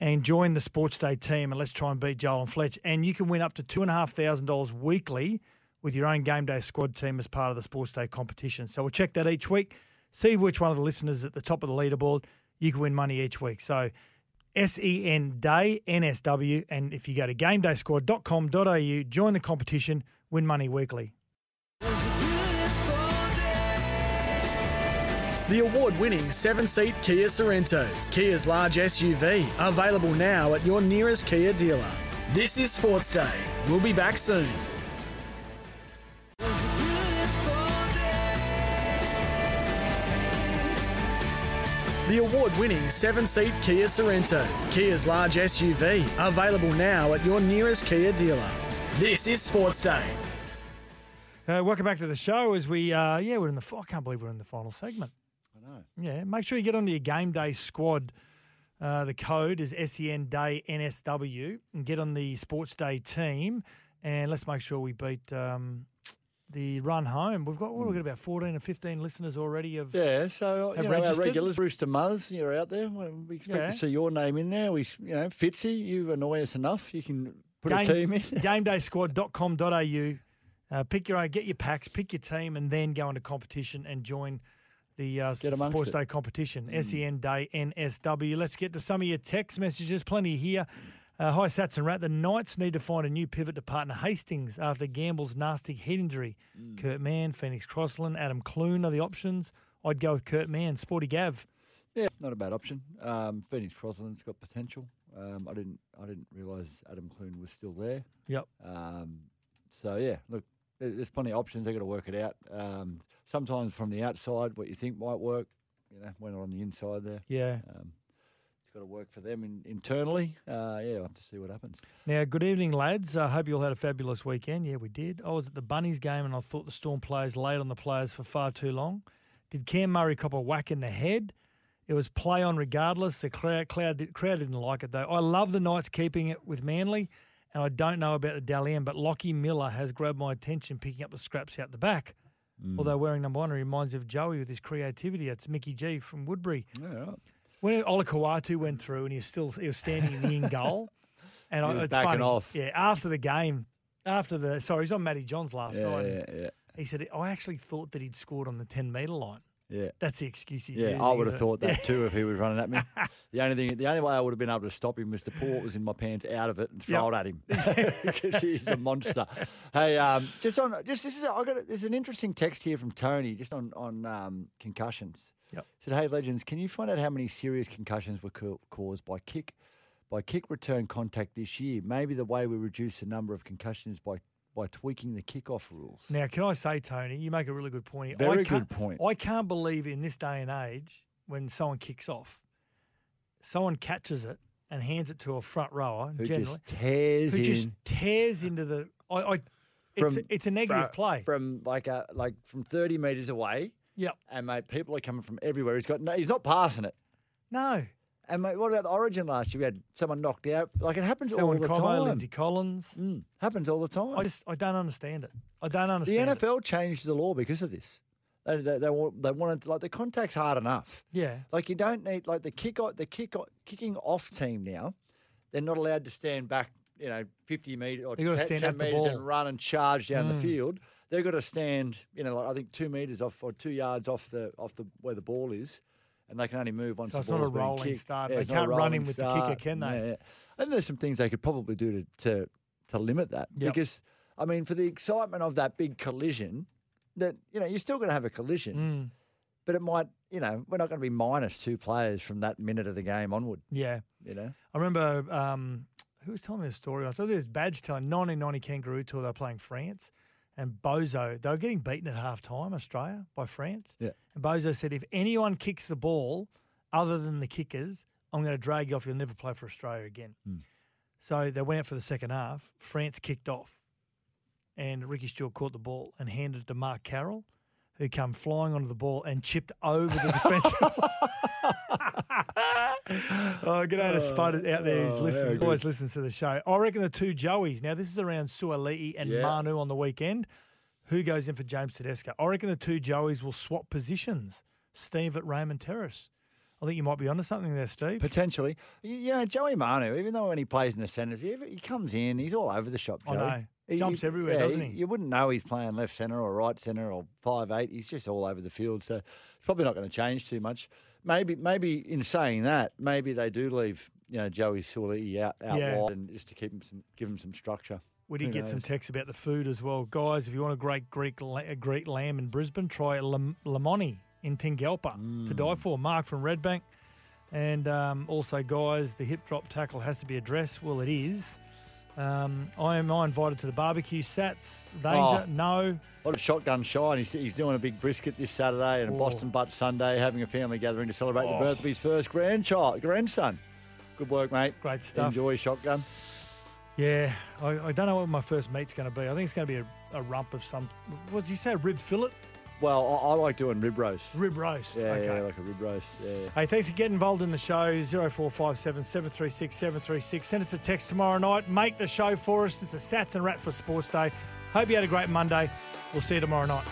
and join the Sports Day team, and let's try and beat Joel and Fletch. And you can win up to $2,500 weekly with your own game day squad team as part of the Sports Day competition. So we'll check that each week, see which one of the listeners at the top of the leaderboard. You can win money each week. So SEN Day, NSW. And if you go to gamedaysquad.com.au, join the competition, win money weekly. The award winning seven seat Kia Sorrento, Kia's large SUV, available now at your nearest Kia dealer. This is Sports Day. We'll be back soon. The award winning seven seat Kia Sorrento, Kia's large SUV, available now at your nearest Kia dealer. This is Sports Day. Uh, welcome back to the show. As we, uh, yeah, we're in the. fi- I can't believe we're in the final segment. I know. Yeah, make sure you get onto your game day squad. Uh, the code is SEN Day NSW, and get on the Sports Day team, and let's make sure we beat um, the run home. We've got what we've got about fourteen or fifteen listeners already. Of Yeah, so Have you know, our registered? regulars, Rooster Muzz, you're out there. Well, We expect Yeah. to see your name in there. We, s- you know, Fitzy, you annoy us enough. You can put game, a team in. gamedaysquad.com.au. Uh, pick your own, get your packs, pick your team, and then go into competition and join the uh, amongst Sports it. Hmm. Day competition. SEN Day NSW. Let's get to some of your text messages. Plenty here. Uh, hi, Sats and Rat. The Knights need to find a new pivot to partner Hastings after Gamble's nasty head injury. Hmm. Kurt Mann, Phoenix Crossland, Adam Clune are the options. I'd go with Kurt Mann, Sporty Gav. Yeah, not a bad option. Um, Phoenix Crosland's got potential. Um, I didn't, I didn't realise Adam Clune was still there. Yep. Um, so yeah, look, there- there's plenty of options. They got to work it out. Um, sometimes from the outside, what you think might work, you know, when on the inside there, Yeah. um, it's got to work for them in, internally. Uh, yeah, we'll have to see what happens. Now, good evening, lads. I hope you all had a fabulous weekend. Yeah, we did. I was at the Bunnies game and I thought the Storm players laid on the players for far too long. Did Cam Murray cop a whack in the head? It was play on regardless. The crowd, crowd, did- crowd didn't like it, though. I love the Knights keeping it with Manly, and I don't know about the Dalian, but Lockie Miller has grabbed my attention picking up the scraps out the back. Although wearing number one reminds me of Joey with his creativity. It's Mickey G from Woodbury. When Olakawatu went through and he was still he was standing in the in goal, and He I, was it's backing funny. off. Yeah, after the game, after the sorry, he's on Matty Johns last Yeah, night. yeah, yeah. He said, "I actually thought that he'd scored on the ten meter line." Yeah. That's the excuse he's Yeah, using, I would is have it? thought Yeah. that too if he was running at me. the only thing, the only way I would have been able to stop him was to pour what was in my pants out of it and throw it at him because he's a monster. hey, um, just on just this is I got a, there's an interesting text here from Tony just on on um, concussions. Yep. Said, hey legends, can you find out how many serious concussions were ca- caused by kick by kick return contact this year? Maybe the way we reduce the number of concussions by by tweaking the kickoff rules. Now, can I say, Tony, you make a really good point. here. I Very can't- good point. I can't believe in this day and age when someone kicks off, someone catches it and hands it to a front rower, Who generally, just tears who just in. tears into the. I, I it's, a- it's a negative fro- play. from like a, like from thirty meters away. Yep. And mate, people are coming from everywhere. He's got no, he's not passing it. No. And mate, what about Origin last year? We had someone knocked out. Like it happens Selwyn all the Cobo, time. Mm. Lindsay Collins. happens all the time. I just I don't understand it. I don't the understand. it. NFL changed the law because of this. They they, they, want, they wanted like the contact's hard enough. Yeah. Like you don't need like the kick o- the kick o- kicking off team now. They're not allowed to stand back, you know, fifty meters or They've gotta 10 stand 10 at the meters ball. and run and charge down Mm. the field. They've got to stand, you know, like I think two meters off or two yards off the off the where the ball is, and they can only move once So the it's not a ball's being rolling kicked. start. Yeah, They it's not a can't run in rolling with the kicker, start. can they? Yeah, yeah. And there's some things they could probably do to to, to limit that Yep. because I mean, for the excitement of that big collision, that you know, you're still going to have a collision, Mm. but it might, you know, we're not going to be minus two players from that minute of the game onward. Yeah. You know, I remember um, who was telling me the story. I thought there was Badge telling 1990 Kangaroo Tour. They were playing France, and Bozo. They were getting beaten at half time, Australia by France. Yeah. And Bozo said, if anyone kicks the ball other than the kickers, I'm going to drag you off. You'll never play for Australia again. Hmm. So they went out for the second half. France kicked off, and Ricky Stewart caught the ball and handed it to Mark Carroll, who came flying onto the ball and chipped over the defensive Oh, good day to Spud out there who's oh, listening. how who Always listens to the show. I reckon the two Joeys. Now, this is around Sualii and Yeah. Manu on the weekend. who goes in for James Tedesco. I reckon the two Joeys will swap positions. Steve at Raymond Terrace. I think you might be onto something there, Steve. Potentially. You you know, Joey Manu, even though when he plays in the centres, he, he comes in, he's all over the shop, I Joey. know. Jumps everywhere, doesn't he? You wouldn't know he's playing left centre or right centre or five eight. He's just all over the field, so it's probably not going to change too much. Maybe, maybe in saying that, maybe they do leave, you know, Joey Sully out, out Yeah. wide and just to keep him some, give him some structure. We did Who get some knows? texts about the food as well. Guys, if you want a great Greek la- a Greek lamb in Brisbane, try Lam- Lamoni in Tingalpa Hmm. to die for. Mark from Redbank. And um, also, guys, the hip drop tackle has to be addressed. Well, it is. Um, I am I invited to the barbecue. Sats, danger, Oh. no. What a shotgun shine. He's, he's doing a big brisket this Saturday and a Oh. Boston butt Sunday, having a family gathering to celebrate Oh. the birth of his first grandchild, grandson. Good work, mate. Great stuff. Enjoy shotgun. Yeah, I, I don't know what my first meat's going to be. I think it's going to be a, a rump of some. What did you say? A rib fillet? Well, I, I like doing rib roast. Rib roast. Yeah, okay. yeah, like a rib roast. Yeah. Hey, thanks for getting involved in the show. 0457 736 736. Send us a text tomorrow night. Make the show for us. It's a Sats and Rat for Sports Day. Hope you had a great Monday. We'll see you tomorrow night.